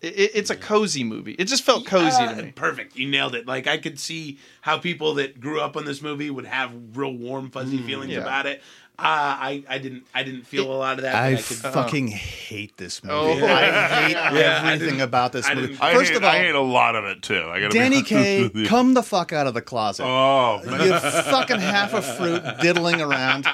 Speaker 5: It, it- it's a cozy movie. It just felt cozy
Speaker 4: Uh,
Speaker 5: to me.
Speaker 4: Perfect. You nailed it. Like I could see how people that grew up on this movie would have real warm, fuzzy feelings
Speaker 5: yeah.
Speaker 4: about it. Uh, I, I didn't I didn't feel a lot of that. but
Speaker 3: I,
Speaker 4: I, could, Uh,
Speaker 3: fucking hate this movie.
Speaker 5: Oh.
Speaker 3: I hate
Speaker 4: Yeah, I
Speaker 3: everything
Speaker 4: didn't-
Speaker 3: about this
Speaker 4: I
Speaker 3: movie.
Speaker 4: didn't-
Speaker 2: I
Speaker 3: First
Speaker 2: hate,
Speaker 3: of all,
Speaker 2: I hate a lot of it too. I gotta
Speaker 3: Danny
Speaker 2: be
Speaker 3: Kaye,
Speaker 2: honest with you.
Speaker 3: come the fuck out of the closet.
Speaker 2: Oh, man.
Speaker 3: You fucking half a fruit diddling around.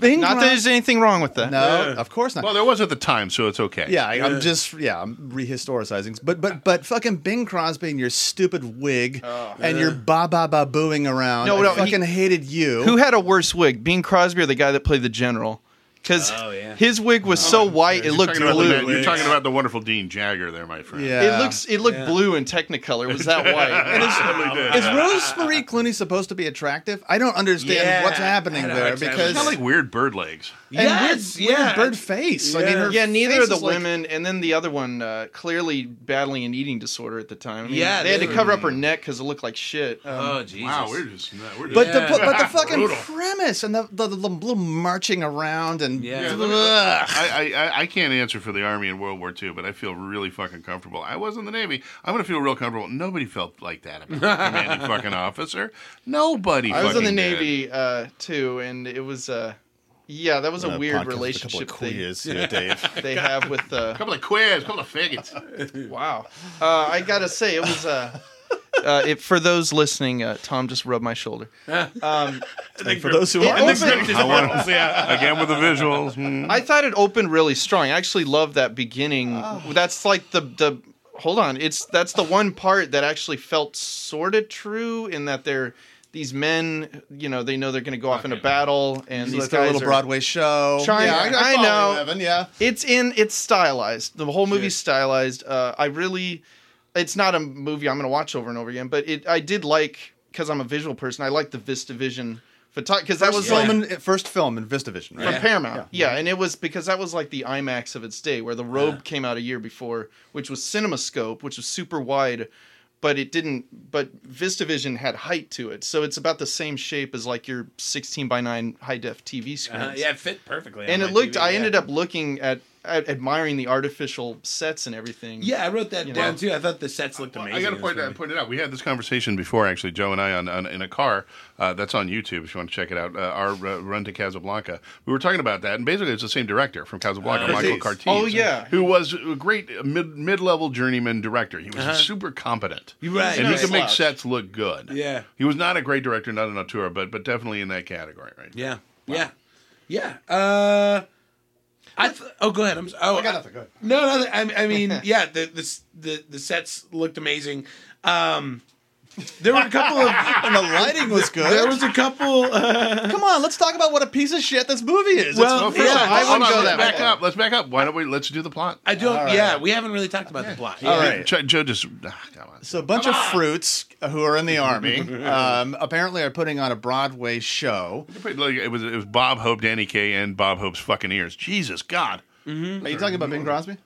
Speaker 3: Bing
Speaker 5: Not that
Speaker 3: Crosby-
Speaker 5: there's anything wrong with that.
Speaker 3: No, of course not.
Speaker 2: well, there was at the time, so it's okay.
Speaker 3: Yeah, I, I'm just yeah, I'm rehistoricizing. But but but fucking Bing Crosby and your stupid wig and your ba ba ba booing around.
Speaker 5: No,
Speaker 3: I
Speaker 5: no, he-
Speaker 3: fucking hated you.
Speaker 5: Who had a worse wig, Bing Crosby or the guy that played the general? Because
Speaker 4: Oh, yeah.
Speaker 5: his wig was so white it
Speaker 2: You're
Speaker 5: looked
Speaker 2: talking about the
Speaker 5: blue.
Speaker 2: man- you're talking about the wonderful Dean Jagger, there, my friend.
Speaker 3: yeah,
Speaker 5: It looks it looked blue in Technicolor. It was that white?
Speaker 3: And
Speaker 2: Totally did.
Speaker 3: is, is Rosemary Clooney supposed to be attractive? I don't understand
Speaker 4: Yeah,
Speaker 3: what's
Speaker 4: I
Speaker 3: happening
Speaker 4: know
Speaker 3: there
Speaker 4: exactly.
Speaker 3: because
Speaker 2: She's got like weird bird legs.
Speaker 3: and
Speaker 4: Yes,
Speaker 3: weird, weird
Speaker 4: yeah.
Speaker 3: bird face. I mean, her
Speaker 5: yeah, neither
Speaker 3: face
Speaker 5: of the
Speaker 3: is like-
Speaker 5: women, and then the other one uh, clearly battling an eating disorder at the time. I mean,
Speaker 4: Yeah,
Speaker 5: they had
Speaker 4: they
Speaker 5: to
Speaker 4: were-
Speaker 5: cover up her neck because it looked like shit. Um,
Speaker 4: oh Jesus!
Speaker 2: Wow, we're just we're just
Speaker 3: But
Speaker 4: Yeah.
Speaker 3: the but the fucking
Speaker 2: Brutal.
Speaker 3: premise and the, the, the little marching around and
Speaker 4: Yeah.
Speaker 2: Yeah,
Speaker 4: Yeah,
Speaker 2: let me-
Speaker 3: Ugh.
Speaker 2: I, I- I, I can't answer for the Army in World War II, but I feel really fucking comfortable. I was in the Navy. I'm going to feel real comfortable. Nobody felt like that about the commanding fucking officer. Nobody
Speaker 5: I was in the
Speaker 2: fucking did.
Speaker 5: Navy uh, too, and it was uh, yeah, that was a
Speaker 3: Uh, podcast with
Speaker 5: weird
Speaker 3: couple of
Speaker 5: relationship thing
Speaker 3: queers here, Dave.
Speaker 5: they have with uh,
Speaker 2: couple of queers, couple of faggots.
Speaker 5: wow. Uh, I gotta say, it was uh, uh, it, for those listening. Uh, Tom just rubbed my shoulder.
Speaker 3: and for those who
Speaker 5: It
Speaker 3: aren't
Speaker 5: opened-
Speaker 3: listening,
Speaker 2: I want to, yeah. Again with the visuals. Mm.
Speaker 5: I thought it opened really strong. I actually love that beginning. That's like the the hold on. It's that's the one part that actually felt sort of true in that they're these men. You know, they know they're going to go off into battle, and these
Speaker 3: like
Speaker 5: guys
Speaker 3: a little
Speaker 5: are-
Speaker 3: Broadway show.
Speaker 5: Trying-
Speaker 3: yeah,
Speaker 5: I
Speaker 3: follow
Speaker 5: know.
Speaker 3: you, Evan, yeah.
Speaker 5: It's in. It's stylized. The whole movie's stylized. Uh, I really. It's not a movie I'm going to watch over and over again, but it. I did like because I'm a visual person. I like the Vistavision photography because that
Speaker 3: First,
Speaker 5: was like,
Speaker 3: film in, first film in VistaVision,
Speaker 5: from
Speaker 3: right?
Speaker 5: Paramount. Yeah. and it was because that was like the IMAX of its day, where the Robe came out a year before, which was CinemaScope, which was super wide, but it didn't. But VistaVision had height to it, so it's about the same shape as like your 16 by 9 high def TV screens.
Speaker 4: Uh, yeah, it fit perfectly. on
Speaker 5: and
Speaker 4: my
Speaker 5: it looked.
Speaker 4: TV,
Speaker 5: I
Speaker 4: yeah.
Speaker 5: ended up looking at, at admiring the artificial sets and everything.
Speaker 4: Yeah, I wrote that
Speaker 5: You
Speaker 4: down
Speaker 5: know?
Speaker 4: too. I thought the sets looked amazing.
Speaker 2: I got to
Speaker 4: in
Speaker 2: point,
Speaker 4: this
Speaker 2: that-
Speaker 4: movie.
Speaker 2: point it out. We had this conversation before, actually, Joe and I, on, on in a car. Uh, that's on YouTube if you want to check it out. Uh, our uh, run to Casablanca. We were talking about that, and basically, it's the same director from Casablanca,
Speaker 4: Uh,
Speaker 2: Michael
Speaker 4: Aziz.
Speaker 2: Cartiz.
Speaker 5: Oh, yeah.
Speaker 2: who was a great uh, mid mid level journeyman director. He was super competent,
Speaker 4: You're right,
Speaker 2: And
Speaker 4: you're
Speaker 2: he
Speaker 4: right.
Speaker 2: could make
Speaker 5: Slouch.
Speaker 2: sets look good.
Speaker 4: Yeah.
Speaker 2: he was not a great director, not an auteur, but but definitely in that category, right?
Speaker 4: Yeah, yeah, yeah. Uh, I th- oh, go ahead. I'm s- oh, I
Speaker 6: got nothing. Go ahead.
Speaker 4: No, no. I, I mean, yeah. The, the s- the the sets looked amazing. Um, there were a couple of
Speaker 3: And the lighting was good.
Speaker 4: there was a couple.
Speaker 5: uh,
Speaker 3: Come on, let's talk about what a piece of shit this movie is.
Speaker 2: Well,
Speaker 4: Well,
Speaker 3: It's-
Speaker 2: first
Speaker 4: Yeah,
Speaker 2: off,
Speaker 4: I
Speaker 2: hold
Speaker 5: wouldn't
Speaker 2: on,
Speaker 5: go
Speaker 2: let's
Speaker 5: that
Speaker 2: back
Speaker 5: way.
Speaker 2: up. Let's back up. Why don't we let's do the plot?
Speaker 4: I don't. Yeah, we haven't really talked about the plot. Yeah.
Speaker 3: All right.
Speaker 2: Joe, Joe just ah, come on.
Speaker 3: So a bunch of fruits who are in the army um, apparently are putting on a Broadway show.
Speaker 2: Like, it was it was Bob Hope, Danny Kaye, and Bob Hope's fucking ears. Jesus God.
Speaker 3: Are you talking about Bing Crosby?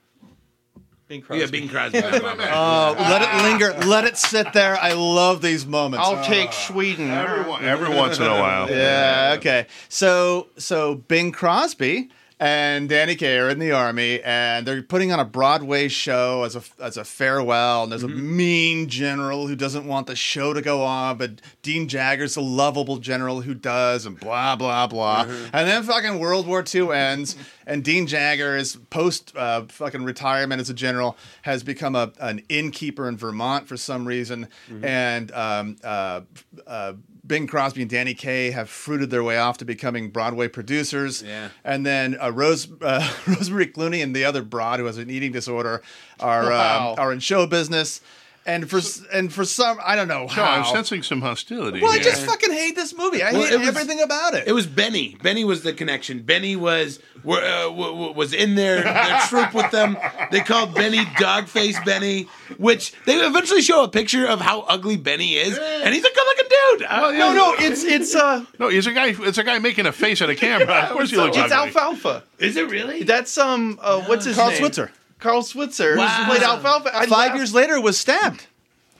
Speaker 5: Bing Crosby.
Speaker 4: Yeah, Bing Crosby. Uh,
Speaker 3: Oh, let it linger, let it sit there. I love these moments.
Speaker 5: I'll take Sweden.
Speaker 2: Every, one- every once in a while.
Speaker 3: yeah, okay. So so Bing Crosby and Danny Kaye are in the army, and they're putting on a Broadway show as a as a farewell. And there's a mean general who doesn't want the show to go on, but Dean Jagger's a lovable general who does, and blah blah blah. And then fucking World War II ends, and Dean Jagger is post uh, fucking retirement as a general has become a an innkeeper in Vermont for some reason, and um, uh, uh, Bing Crosby and Danny Kaye have fruited their way off to becoming Broadway producers.
Speaker 4: Yeah.
Speaker 3: And then uh, Rose, uh, Rosemary Clooney and the other broad who has an eating disorder are
Speaker 5: Wow.
Speaker 3: um, are in show business. And for s and for some, I don't know
Speaker 2: No,
Speaker 3: how.
Speaker 2: I'm sensing some hostility.
Speaker 3: well, I
Speaker 2: here.
Speaker 3: just fucking hate this movie. I
Speaker 4: Well,
Speaker 3: hate
Speaker 4: it was-
Speaker 3: everything about it.
Speaker 4: It was Benny. Benny was the connection. Benny was were, uh, w- w- was in their, their troop with them. They called Benny Dogface Benny, which they eventually show a picture of how ugly Benny is, and he's a good-looking dude. Uh,
Speaker 5: No, no, it's it's uh,
Speaker 2: no, he's a guy. It's a guy making a face at a camera. Of course, he looks
Speaker 5: it's
Speaker 2: ugly.
Speaker 5: Alfalfa.
Speaker 4: is it really?
Speaker 5: That's um, uh, what's his
Speaker 3: Carl
Speaker 5: name?
Speaker 3: Switzer.
Speaker 5: Carl Switzer,
Speaker 4: Wow.
Speaker 5: who's played Alfalfa. I
Speaker 3: Five
Speaker 5: laughed
Speaker 3: years later, was stabbed.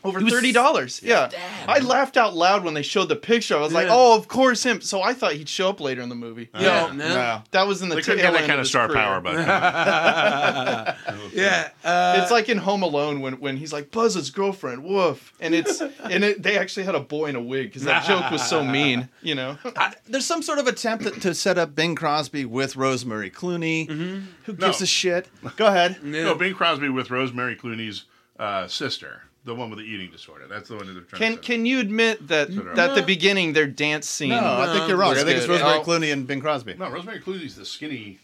Speaker 5: over thirty dollars. Yeah, I laughed out loud when they showed the picture. I was like, oh, of course him. So I thought he'd show up later in the movie.
Speaker 4: yeah,
Speaker 5: no,
Speaker 4: no.
Speaker 5: that was in the
Speaker 2: They couldn't get
Speaker 5: tail
Speaker 2: that
Speaker 5: end
Speaker 2: kind of
Speaker 5: his
Speaker 2: star
Speaker 5: career.
Speaker 2: power, but uh,
Speaker 4: yeah. Uh,
Speaker 5: it's like in Home Alone when, when he's like Buzz's girlfriend, woof, and it's and it, they actually had a boy in a wig because that joke was so mean, you know.
Speaker 3: There's some sort of attempt to, to set up Bing Crosby with Rosemary Clooney.
Speaker 5: Mm-hmm.
Speaker 3: Who gives
Speaker 2: No.
Speaker 3: a shit? Go ahead.
Speaker 4: Mm.
Speaker 2: no, Bing Crosby with Rosemary Clooney's uh, sister, the one with the eating disorder. That's the one that they're trying
Speaker 5: Can
Speaker 2: to.
Speaker 5: can you admit that that at the beginning their dance scene?
Speaker 3: No, Oh, I think you're wrong. I think it's
Speaker 5: good.
Speaker 3: Rosemary
Speaker 5: Oh.
Speaker 3: Clooney and Bing Crosby.
Speaker 2: no, Rosemary Clooney's the skinny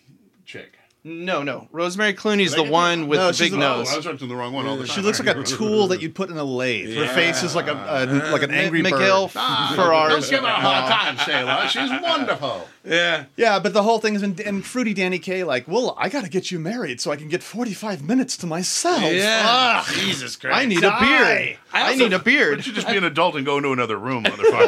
Speaker 2: chick.
Speaker 5: No, no. Rosemary Clooney's the
Speaker 2: get
Speaker 5: one
Speaker 2: the-
Speaker 5: with
Speaker 3: No,
Speaker 5: the
Speaker 3: she's
Speaker 5: big
Speaker 3: the-
Speaker 2: Oh,
Speaker 5: nose.
Speaker 2: I was watching the wrong one all the time.
Speaker 3: She looks like a tool that you'd put in a lathe. Her face is like a, a like an angry bird.
Speaker 5: Miguel F-
Speaker 2: Don't
Speaker 5: Ferrar's.
Speaker 2: give her a hard time, Shayla. She's wonderful.
Speaker 4: yeah.
Speaker 3: Yeah, but the whole thing is in, and fruity Danny Kaye like, well, I gotta get you married so I can get forty five minutes to myself. Oh,
Speaker 4: Yeah.
Speaker 3: Ugh.
Speaker 4: Jesus Christ.
Speaker 5: I need a beard.
Speaker 4: I
Speaker 5: I,
Speaker 4: also-
Speaker 5: need a
Speaker 2: You
Speaker 5: beard.
Speaker 2: should just be an adult and go into another room,
Speaker 5: Oh.
Speaker 2: motherfucker.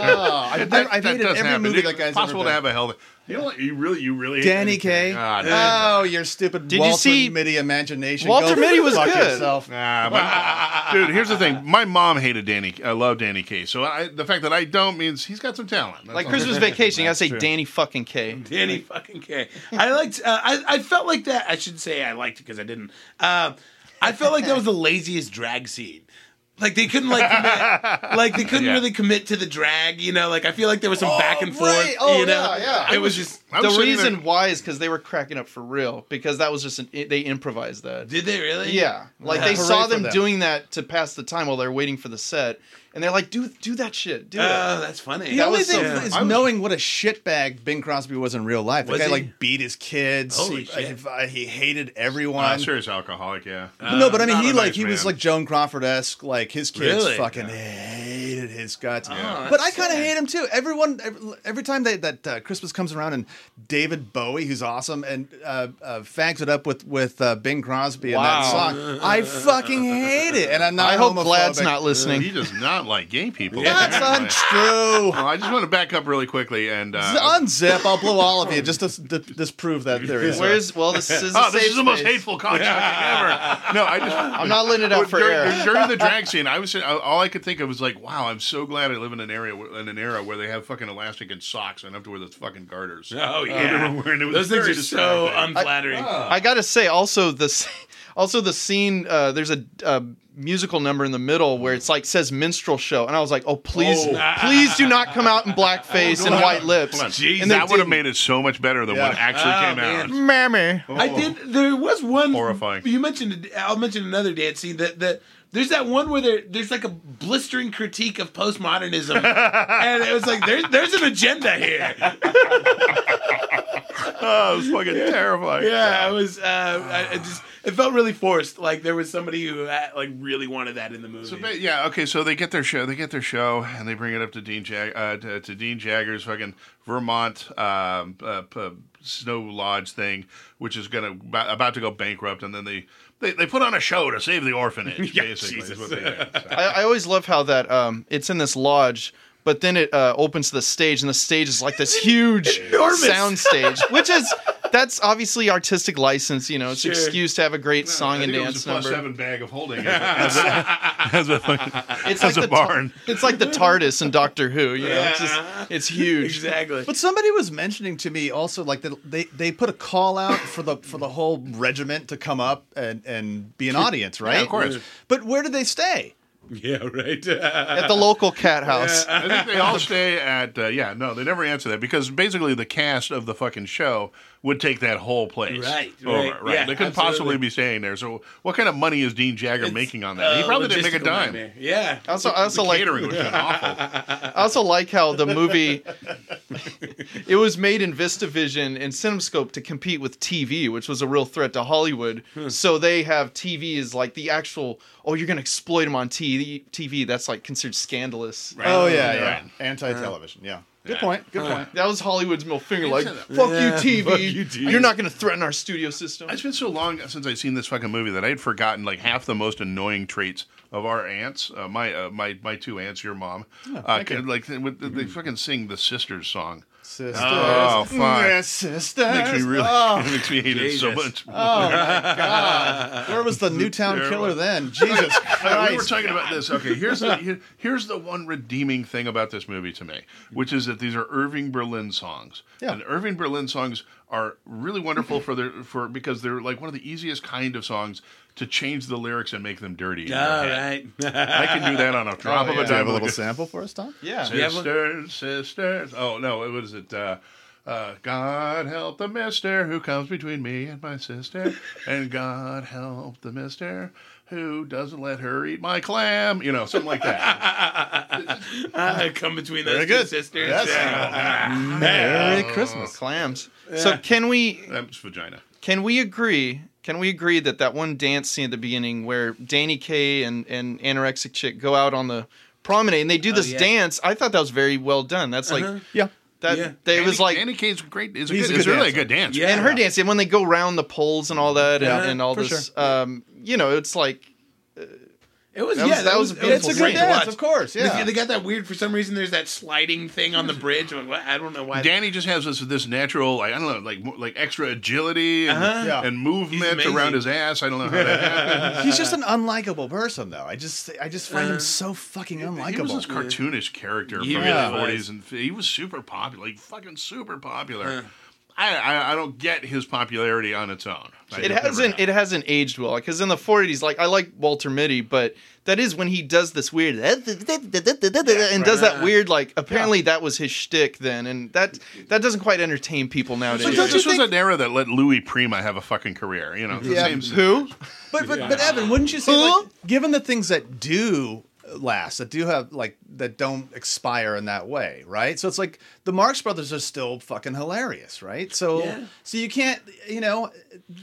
Speaker 2: That-
Speaker 3: I've, never, I've
Speaker 2: that
Speaker 3: hated
Speaker 2: doesn't
Speaker 3: every
Speaker 2: happen.
Speaker 3: movie
Speaker 2: It's
Speaker 3: that guy's
Speaker 2: possible
Speaker 3: ever
Speaker 2: to have
Speaker 3: been.
Speaker 2: a healthy. Ah, You know, what? you really, you really. hate
Speaker 3: Danny
Speaker 2: Danny
Speaker 3: Kaye.
Speaker 2: God,
Speaker 3: Oh, your stupid
Speaker 5: Did you
Speaker 3: Walter
Speaker 5: see-
Speaker 3: Mitty imagination.
Speaker 5: Walter
Speaker 3: Go
Speaker 5: Mitty was
Speaker 3: fuck
Speaker 5: good.
Speaker 3: Yourself.
Speaker 2: Nah, but- dude, here's the thing. My mom hated Danny. I love Danny Kaye. So I, the fact that I don't means he's got some talent. That's
Speaker 5: Like
Speaker 2: all.
Speaker 5: Christmas Vacation, you gotta say Danny fucking K.
Speaker 4: Danny fucking K. I liked. Uh, I I felt like that. I should say I liked it because I didn't. Uh, I felt like that was the laziest drag scene. Like they couldn't like commit, like they couldn't
Speaker 2: Yeah.
Speaker 4: really commit to the drag. You know, like I feel like there was some back and forth.
Speaker 3: right. Oh,
Speaker 4: you know?
Speaker 3: yeah, yeah.
Speaker 4: It was just.
Speaker 2: I was
Speaker 5: The
Speaker 2: sitting there-
Speaker 5: reason why is because they were cracking up for real. Because that was just an, they improvised that.
Speaker 4: Did they really?
Speaker 5: Yeah, like
Speaker 3: Hooray
Speaker 5: they saw
Speaker 3: for
Speaker 5: them
Speaker 3: them.
Speaker 5: doing that to pass the time while they're waiting for the set, and they're like, "Do do that shit, do
Speaker 4: Oh,
Speaker 2: Uh,
Speaker 5: that."
Speaker 4: that's funny.
Speaker 3: The
Speaker 5: That
Speaker 3: only
Speaker 5: was
Speaker 3: thing
Speaker 5: so- Yeah.
Speaker 3: is
Speaker 2: I was-
Speaker 3: knowing what a shitbag Bing Crosby was in real life. The
Speaker 4: Was
Speaker 3: guy
Speaker 4: he?
Speaker 3: like beat his kids.
Speaker 4: Holy
Speaker 3: he,
Speaker 4: shit.
Speaker 3: uh, he hated everyone.
Speaker 2: Uh, serious alcoholic, yeah. Uh,
Speaker 3: no, but I mean,
Speaker 2: Um, not
Speaker 3: he
Speaker 2: a
Speaker 3: like
Speaker 2: nice
Speaker 3: he was
Speaker 2: man.
Speaker 3: like Joan Crawford esque. Like his kids
Speaker 4: Really?
Speaker 3: fucking hated him. his guts.
Speaker 2: Yeah.
Speaker 3: But I kind of hate him too. Everyone, every, every time they, that uh, Christmas comes around, and David Bowie, who's awesome, and uh, uh, fags it up with with uh, Bing Crosby
Speaker 5: Wow.
Speaker 3: and that song, I fucking hate it. And I'm not.
Speaker 5: I hope
Speaker 3: homophobic.
Speaker 5: Vlad's not listening.
Speaker 2: He does not like gay people.
Speaker 3: That's
Speaker 2: apparently.
Speaker 3: untrue.
Speaker 2: Well, I just want to back up really quickly and uh,
Speaker 3: Unzip. I'll blow all of you just to, to disprove that theory.
Speaker 5: Where's well, this is. a
Speaker 2: Oh, this
Speaker 5: safe
Speaker 2: is the most
Speaker 5: space.
Speaker 2: hateful contract ever. No, I just
Speaker 5: I'm not letting it out for
Speaker 2: during,
Speaker 5: air.
Speaker 2: during the drag scene, I was all I could think of was like, wow, I'm so glad I live in an area where- in an era where they have fucking elastic and socks and I don't have to wear those fucking garters.
Speaker 4: Oh yeah,
Speaker 2: were wearing it. It was
Speaker 4: those things
Speaker 2: very
Speaker 4: are so
Speaker 2: distracting.
Speaker 4: unflattering.
Speaker 5: I gotta say, also the s- also the scene. Uh, there's a, uh musical number in the middle where it's like says minstrel show, and I was like, oh please, please do not come out in blackface and white lips.
Speaker 2: Oh, Come on.
Speaker 4: Jeez,
Speaker 2: that
Speaker 5: they
Speaker 2: would have
Speaker 5: didn't.
Speaker 2: made it so much better than what
Speaker 3: Yeah.
Speaker 2: actually
Speaker 4: Oh,
Speaker 2: came
Speaker 4: man.
Speaker 2: out.
Speaker 5: Mammy.
Speaker 4: I
Speaker 3: Oh.
Speaker 4: did. There was one
Speaker 2: Horrifying.
Speaker 4: You mentioned. I'll mention another dance scene. That that there's that one where there there's like a blistering critique of postmodernism, and it was like there's there's an agenda here.
Speaker 2: Oh, it was fucking terrifying.
Speaker 4: Yeah, I was. Uh, I, I just it felt really forced. Like there was somebody who uh, like really wanted that in the movie.
Speaker 2: So ba- yeah, okay. So they get their show, they get their show, and they bring it up to Dean Jag- uh, to, to Dean Jagger's fucking Vermont um, uh, p- snow lodge thing, which is gonna about, about to go bankrupt, and then they, they they put on a show to save the orphanage.
Speaker 4: Yeah,
Speaker 2: basically, is
Speaker 4: Jesus.
Speaker 2: what they do. So-
Speaker 5: I, I always love how that um, it's in this lodge, but then it uh, opens to the stage, and the stage is like this huge
Speaker 4: Enormous.
Speaker 5: sound stage, which is that's obviously artistic license. You know, it's an
Speaker 4: Sure.
Speaker 5: excuse to have a great song
Speaker 2: I
Speaker 5: and
Speaker 2: think it was
Speaker 5: dance
Speaker 2: a plus
Speaker 5: number.
Speaker 2: seven bag of holding as a, as a, as a, as
Speaker 5: It's like
Speaker 2: a
Speaker 5: the tar-
Speaker 2: barn.
Speaker 5: it's like the TARDIS in Doctor Who. You know, it's just
Speaker 4: Yeah.
Speaker 5: it's huge.
Speaker 4: exactly.
Speaker 3: But somebody was mentioning to me also like that they, they put a call out for the for the whole regiment to come up and, and be an audience, right?
Speaker 2: of course.
Speaker 3: But where did they stay?
Speaker 4: Yeah, right.
Speaker 5: At the local cat house.
Speaker 2: I think they all stay at uh, yeah. No, they never answer that because basically the cast of the fucking show would take that whole place
Speaker 4: Right,
Speaker 2: over.
Speaker 4: right,
Speaker 2: Right,
Speaker 4: yeah,
Speaker 2: they couldn't
Speaker 4: absolutely.
Speaker 2: possibly be staying there. So what kind of money is Dean Jagger making on that? he
Speaker 4: Uh,
Speaker 2: probably didn't make a
Speaker 4: logistical
Speaker 2: dime.
Speaker 4: nightmare. Yeah.
Speaker 5: I also, I also
Speaker 2: The
Speaker 5: like
Speaker 2: catering would have been awful.
Speaker 5: I also like how the movie it was made in VistaVision and CinemaScope to compete with TV, which was a real threat to Hollywood. So they have TV as like the actual oh you're gonna exploit them on TV. TV that's like considered scandalous.
Speaker 3: Oh yeah,
Speaker 2: Right.
Speaker 3: yeah. Anti television, yeah. Good point. Good point.
Speaker 5: That was Hollywood's middle finger, like
Speaker 2: said that.
Speaker 5: fuck
Speaker 4: Yeah,
Speaker 5: you
Speaker 4: fuck
Speaker 5: TV.
Speaker 4: you, TV.
Speaker 5: You're not gonna threaten our studio system.
Speaker 2: Uh, It's been so long since I've seen this fucking movie that I had forgotten like half the most annoying traits of our aunts. Uh, my uh, my my two aunts, your mom, uh, can, like they, would- they fucking sing the sisters song.
Speaker 3: Sisters.
Speaker 2: Oh, fuck.
Speaker 3: Yeah, sisters.
Speaker 2: Makes me really
Speaker 3: Oh,
Speaker 2: makes me hate it so
Speaker 4: Jesus.
Speaker 2: much.
Speaker 3: where was the Newtown
Speaker 2: Terrible.
Speaker 3: killer then? Jesus
Speaker 2: Uh, we were
Speaker 3: Christ.
Speaker 2: talking about this. Okay, here's the here- here's the one redeeming thing about this movie to me, which is that these are Irving Berlin songs,
Speaker 3: Yeah.
Speaker 2: and Irving Berlin songs are really wonderful for their for because they're like one of the easiest kind of songs to change the lyrics and make them dirty. in your
Speaker 3: Ah,
Speaker 4: All
Speaker 2: head.
Speaker 4: right.
Speaker 2: I can do that on a drop
Speaker 5: Oh,
Speaker 2: of
Speaker 5: yeah.
Speaker 2: a
Speaker 3: Do you have a
Speaker 2: dime.
Speaker 3: little sample for us, Tom?
Speaker 5: yeah.
Speaker 4: Yeah. have
Speaker 2: Sisters, sisters. Oh no, it was it. Uh, uh, God help the mister who comes between me and my sister, and God help the mister who doesn't let her eat my clam. You know, something like that.
Speaker 4: Uh, come between those
Speaker 3: Very
Speaker 4: two
Speaker 3: good.
Speaker 4: sisters.
Speaker 3: Yes. Merry Christmas.
Speaker 5: Clams. So can we
Speaker 2: That's vagina.
Speaker 5: Can we agree? Can we agree that that one dance scene at the beginning where Danny Kaye and and anorexic chick go out on the promenade and they do this
Speaker 4: Oh, yeah. Uh-huh.
Speaker 5: dance? I thought that was very well done. That's like
Speaker 3: Yeah.
Speaker 5: that.
Speaker 4: Yeah.
Speaker 5: They it
Speaker 2: Andy-
Speaker 5: was like
Speaker 2: Andy Kaye's great. Is, a
Speaker 3: He's
Speaker 2: good,
Speaker 3: a
Speaker 2: is
Speaker 3: good
Speaker 2: really a
Speaker 3: dancer.
Speaker 2: good dance.
Speaker 4: Yeah. Uh-huh.
Speaker 5: and her dance and when they go round the poles and all that and,
Speaker 3: Yeah,
Speaker 5: and all
Speaker 3: for
Speaker 5: this. Um, you know, it's like
Speaker 4: It was yeah.
Speaker 5: That was-
Speaker 4: that
Speaker 5: that
Speaker 4: was,
Speaker 5: was
Speaker 4: it
Speaker 5: a
Speaker 4: was
Speaker 5: beautiful
Speaker 4: great
Speaker 5: scene.
Speaker 4: to watch.
Speaker 3: Dance, of course,
Speaker 4: They-
Speaker 3: yeah.
Speaker 4: They, got that weird for some reason. There's that sliding thing on the bridge. I'm like, I don't know why.
Speaker 2: Danny just has this this natural like I don't know like mo- like extra agility and,
Speaker 3: Yeah.
Speaker 2: and
Speaker 4: He's
Speaker 2: movement
Speaker 4: amazing.
Speaker 2: around his ass. I don't know how that happened.
Speaker 3: He's just an unlikable person, though. I just, I just find him so fucking unlikable.
Speaker 2: Uh, He was this cartoonish character
Speaker 4: He
Speaker 2: from
Speaker 4: really
Speaker 2: the
Speaker 4: was.
Speaker 2: forties, and f- he was super popular, like fucking super popular. I, I I don't get his popularity on its own. I
Speaker 5: it
Speaker 2: never
Speaker 5: hasn't
Speaker 2: have.
Speaker 5: it hasn't aged well because in the 40s, like I like Walter Mitty, but that is when he does this weird and does that weird like apparently that was his shtick then, and that that doesn't quite entertain people nowadays.
Speaker 3: don't you
Speaker 2: this was
Speaker 3: think-
Speaker 2: an era that let Louis Prima have a fucking career. You know, it's the
Speaker 3: Yeah.
Speaker 2: same-
Speaker 5: Who?
Speaker 3: But but, but Evan, wouldn't you say
Speaker 5: Huh?
Speaker 3: like, given the things that do last, that do have like that don't expire in that way, right? So it's like the Marx Brothers are still fucking hilarious, right? So
Speaker 4: Yeah.
Speaker 3: so you can't, you know,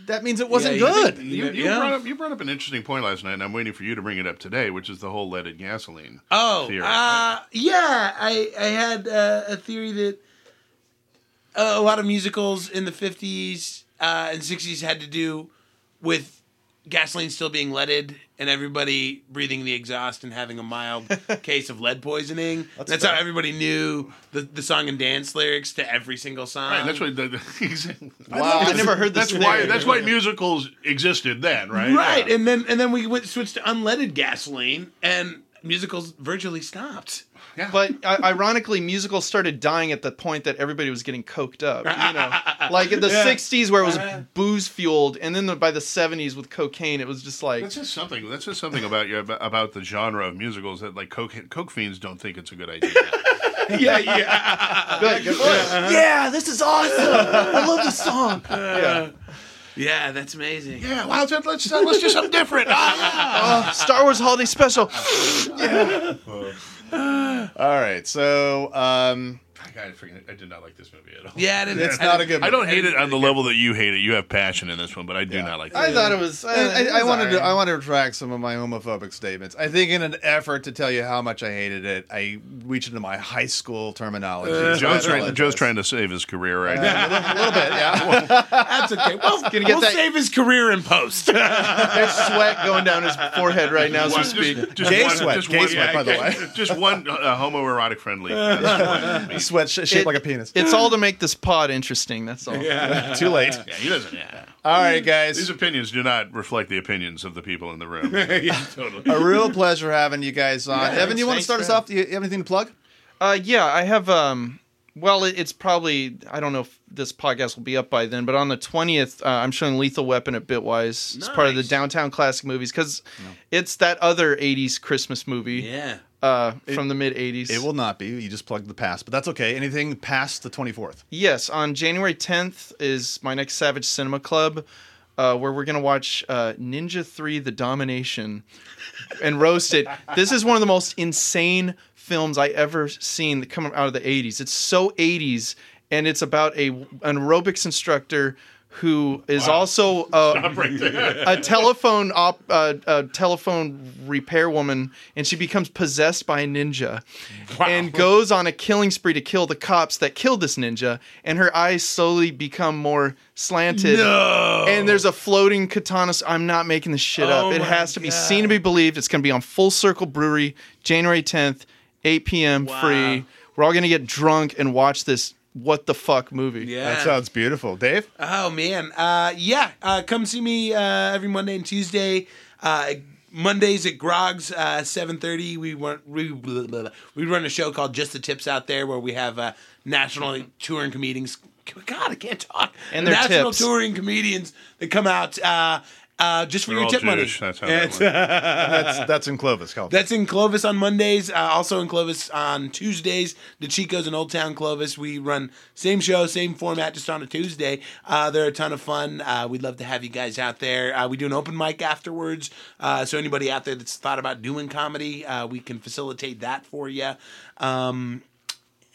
Speaker 3: that means it wasn't
Speaker 4: you
Speaker 3: good.
Speaker 4: think-
Speaker 2: You, you,
Speaker 4: Yeah.
Speaker 2: brought up, you brought up an interesting point last night, and I'm waiting for you to bring it up today, which is the whole leaded gasoline.
Speaker 4: Oh,
Speaker 2: theory.
Speaker 4: uh, yeah. I I had uh, a theory that uh, a lot of musicals in the '50s uh, and '60s had to do with gasoline still being leaded and everybody breathing the exhaust and having a mild case of lead poisoning. That's, how
Speaker 3: fair.
Speaker 4: everybody knew the, the song and dance lyrics to every single song.
Speaker 2: Right, that's what. The, the,
Speaker 5: Wow, I never heard this
Speaker 2: that's why.
Speaker 5: theory.
Speaker 2: That's why musicals existed then, right?
Speaker 4: Right,
Speaker 2: Yeah.
Speaker 4: and then and then we went switched to unleaded gasoline, and musicals virtually stopped.
Speaker 5: But uh, ironically, musicals started dying at the point that everybody was getting coked up. You know, like in the '60s where it was
Speaker 2: Uh-huh.
Speaker 5: booze fueled, and then the, by the '70s with cocaine, it was just like
Speaker 2: That says something. That says something about you about the genre of musicals that like coke coke fiends don't think it's a good idea.
Speaker 4: yeah, yeah.
Speaker 3: yeah, this is awesome. I love this song.
Speaker 5: yeah.
Speaker 4: Yeah, that's amazing.
Speaker 2: yeah, wow. Let's let's let's do something different. Ah.
Speaker 5: Oh, Star Wars Holiday Special.
Speaker 3: All right, so um,
Speaker 2: I, forget, I did not like this movie at all.
Speaker 4: Yeah, it is.
Speaker 3: it's not a good.
Speaker 2: I don't hate it on the level that you hate it. You have passion in this one, but I do not like.
Speaker 5: I
Speaker 2: This.
Speaker 5: thought it was. uh,
Speaker 3: I, I, I wanted to I want to retract some of my homophobic statements. I think in an effort to tell you how much I hated it, I reached into my high school terminology. So I
Speaker 2: Joe's, trying,
Speaker 3: apologize.
Speaker 2: Joe's trying to save his career right now.
Speaker 3: a little, little bit, yeah.
Speaker 4: That's okay. Well,
Speaker 5: Gonna get
Speaker 4: we'll
Speaker 5: that-
Speaker 4: save his career in post.
Speaker 5: There's sweat going down his forehead right now as we
Speaker 2: One- just-
Speaker 5: speak.
Speaker 2: just
Speaker 3: Gay
Speaker 2: one-
Speaker 3: sweat,
Speaker 2: just
Speaker 3: gay
Speaker 2: one-
Speaker 3: sweat, by the
Speaker 2: yeah,
Speaker 3: way.
Speaker 2: Just one uh, homoerotic friendly. That's one.
Speaker 3: Sweat sh- shaped
Speaker 5: It-
Speaker 3: like a penis.
Speaker 5: It's all to make this pod interesting. That's all.
Speaker 3: Too late.
Speaker 2: Yeah, he doesn't. Yeah.
Speaker 3: All right, guys.
Speaker 2: These opinions do not reflect the opinions of the people in the room. totally.
Speaker 3: a real pleasure having you guys on. Evan, you want to
Speaker 5: thanks,
Speaker 3: start us
Speaker 5: man.
Speaker 3: off? Do you have anything to plug?
Speaker 5: Uh, yeah, I have. Um, well, it, it's probably I don't know if this podcast will be up by then, but on the twentieth, uh, I'm showing Lethal Weapon at Bitwise. It's part of the
Speaker 4: Nice.
Speaker 5: Downtown Classic Movies because it's that other '80s Christmas movie
Speaker 4: yeah.
Speaker 5: uh, from the mid '80s.
Speaker 3: It will not be. You just plugged the past, but that's okay. Anything past the 24th.
Speaker 5: Yes, on January 10th is my next Savage Cinema Club, uh, where we're going to watch uh, Ninja 3 The Domination and roast it. This is one of the most insane films I ever seen that come out of the 80s. It's so 80s, and it's about a an aerobics instructor who is also uh,
Speaker 2: Right there.
Speaker 5: a telephone op, uh, a telephone repair woman, and she becomes possessed by a ninja, and goes on a killing spree to kill the cops that killed this ninja. And her eyes slowly become more slanted. And there's a floating katana. s- I'm not making this shit
Speaker 4: Oh
Speaker 5: up. It
Speaker 4: my
Speaker 5: has to be
Speaker 4: God.
Speaker 5: seen to be believed. It's going to be on Full Circle Brewery, January 10th, 8 p.m. Free. We're all going to get drunk and watch this what the fuck movie.
Speaker 4: Yeah.
Speaker 3: That sounds beautiful. Dave?
Speaker 4: Oh man, uh, yeah. Uh, come see me uh, every Monday and Tuesday. Uh, Mondays at Grog's uh, seven thirty. We run we, blah, blah, blah. we run a show called Just the Tips Out There, where we have uh, national touring comedians. God, I can't talk.
Speaker 5: And their
Speaker 4: national
Speaker 5: tips.
Speaker 4: touring comedians that come out uh, uh, just for
Speaker 2: They're
Speaker 4: your
Speaker 2: all
Speaker 4: tip
Speaker 2: Jewish.
Speaker 4: money.
Speaker 2: That's how that works.
Speaker 3: That's that's in Clovis, California.
Speaker 4: That's in Clovis on Mondays. Uh, also in Clovis on Tuesdays. The Chico's in Old Town Clovis. We run same show, same format, just on a Tuesday. Uh, they're a ton of fun. Uh, we'd love to have you guys out there. Uh, we do an open mic afterwards. Uh, so anybody out there that's thought about doing comedy, uh, we can facilitate that for you. Um,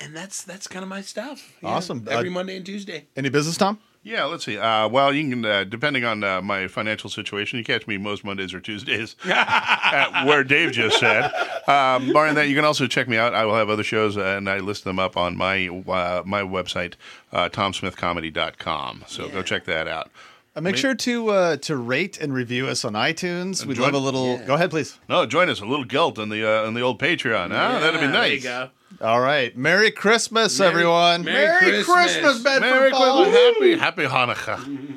Speaker 4: and that's that's kind of my stuff. Yeah,
Speaker 3: Awesome.
Speaker 4: Every
Speaker 3: Uh,
Speaker 4: Monday and Tuesday.
Speaker 3: Any business, Tom?
Speaker 2: Yeah, let's see. Uh, well, you can, uh, depending on uh, my financial situation, you catch me most Mondays or Tuesdays at where Dave just said. Um, barring that, you can also check me out. I will have other shows, uh, and I list them up on my uh, my website, uh, tomsmithcomedy.com. So go check that out.
Speaker 3: Uh, make sure to uh, to rate and review us on iTunes. We'd
Speaker 2: Enjoy-
Speaker 3: love a little. Go ahead, please.
Speaker 2: No, join us. A little guilt on the uh, on the old Patreon. Huh? That'd be
Speaker 4: Yeah,
Speaker 2: nice.
Speaker 4: There you go.
Speaker 3: All right. Merry Christmas, everyone.
Speaker 4: Merry Christmas.
Speaker 3: Bedford
Speaker 2: Merry
Speaker 3: Falls.
Speaker 2: Christmas. Happy, happy Hanukkah.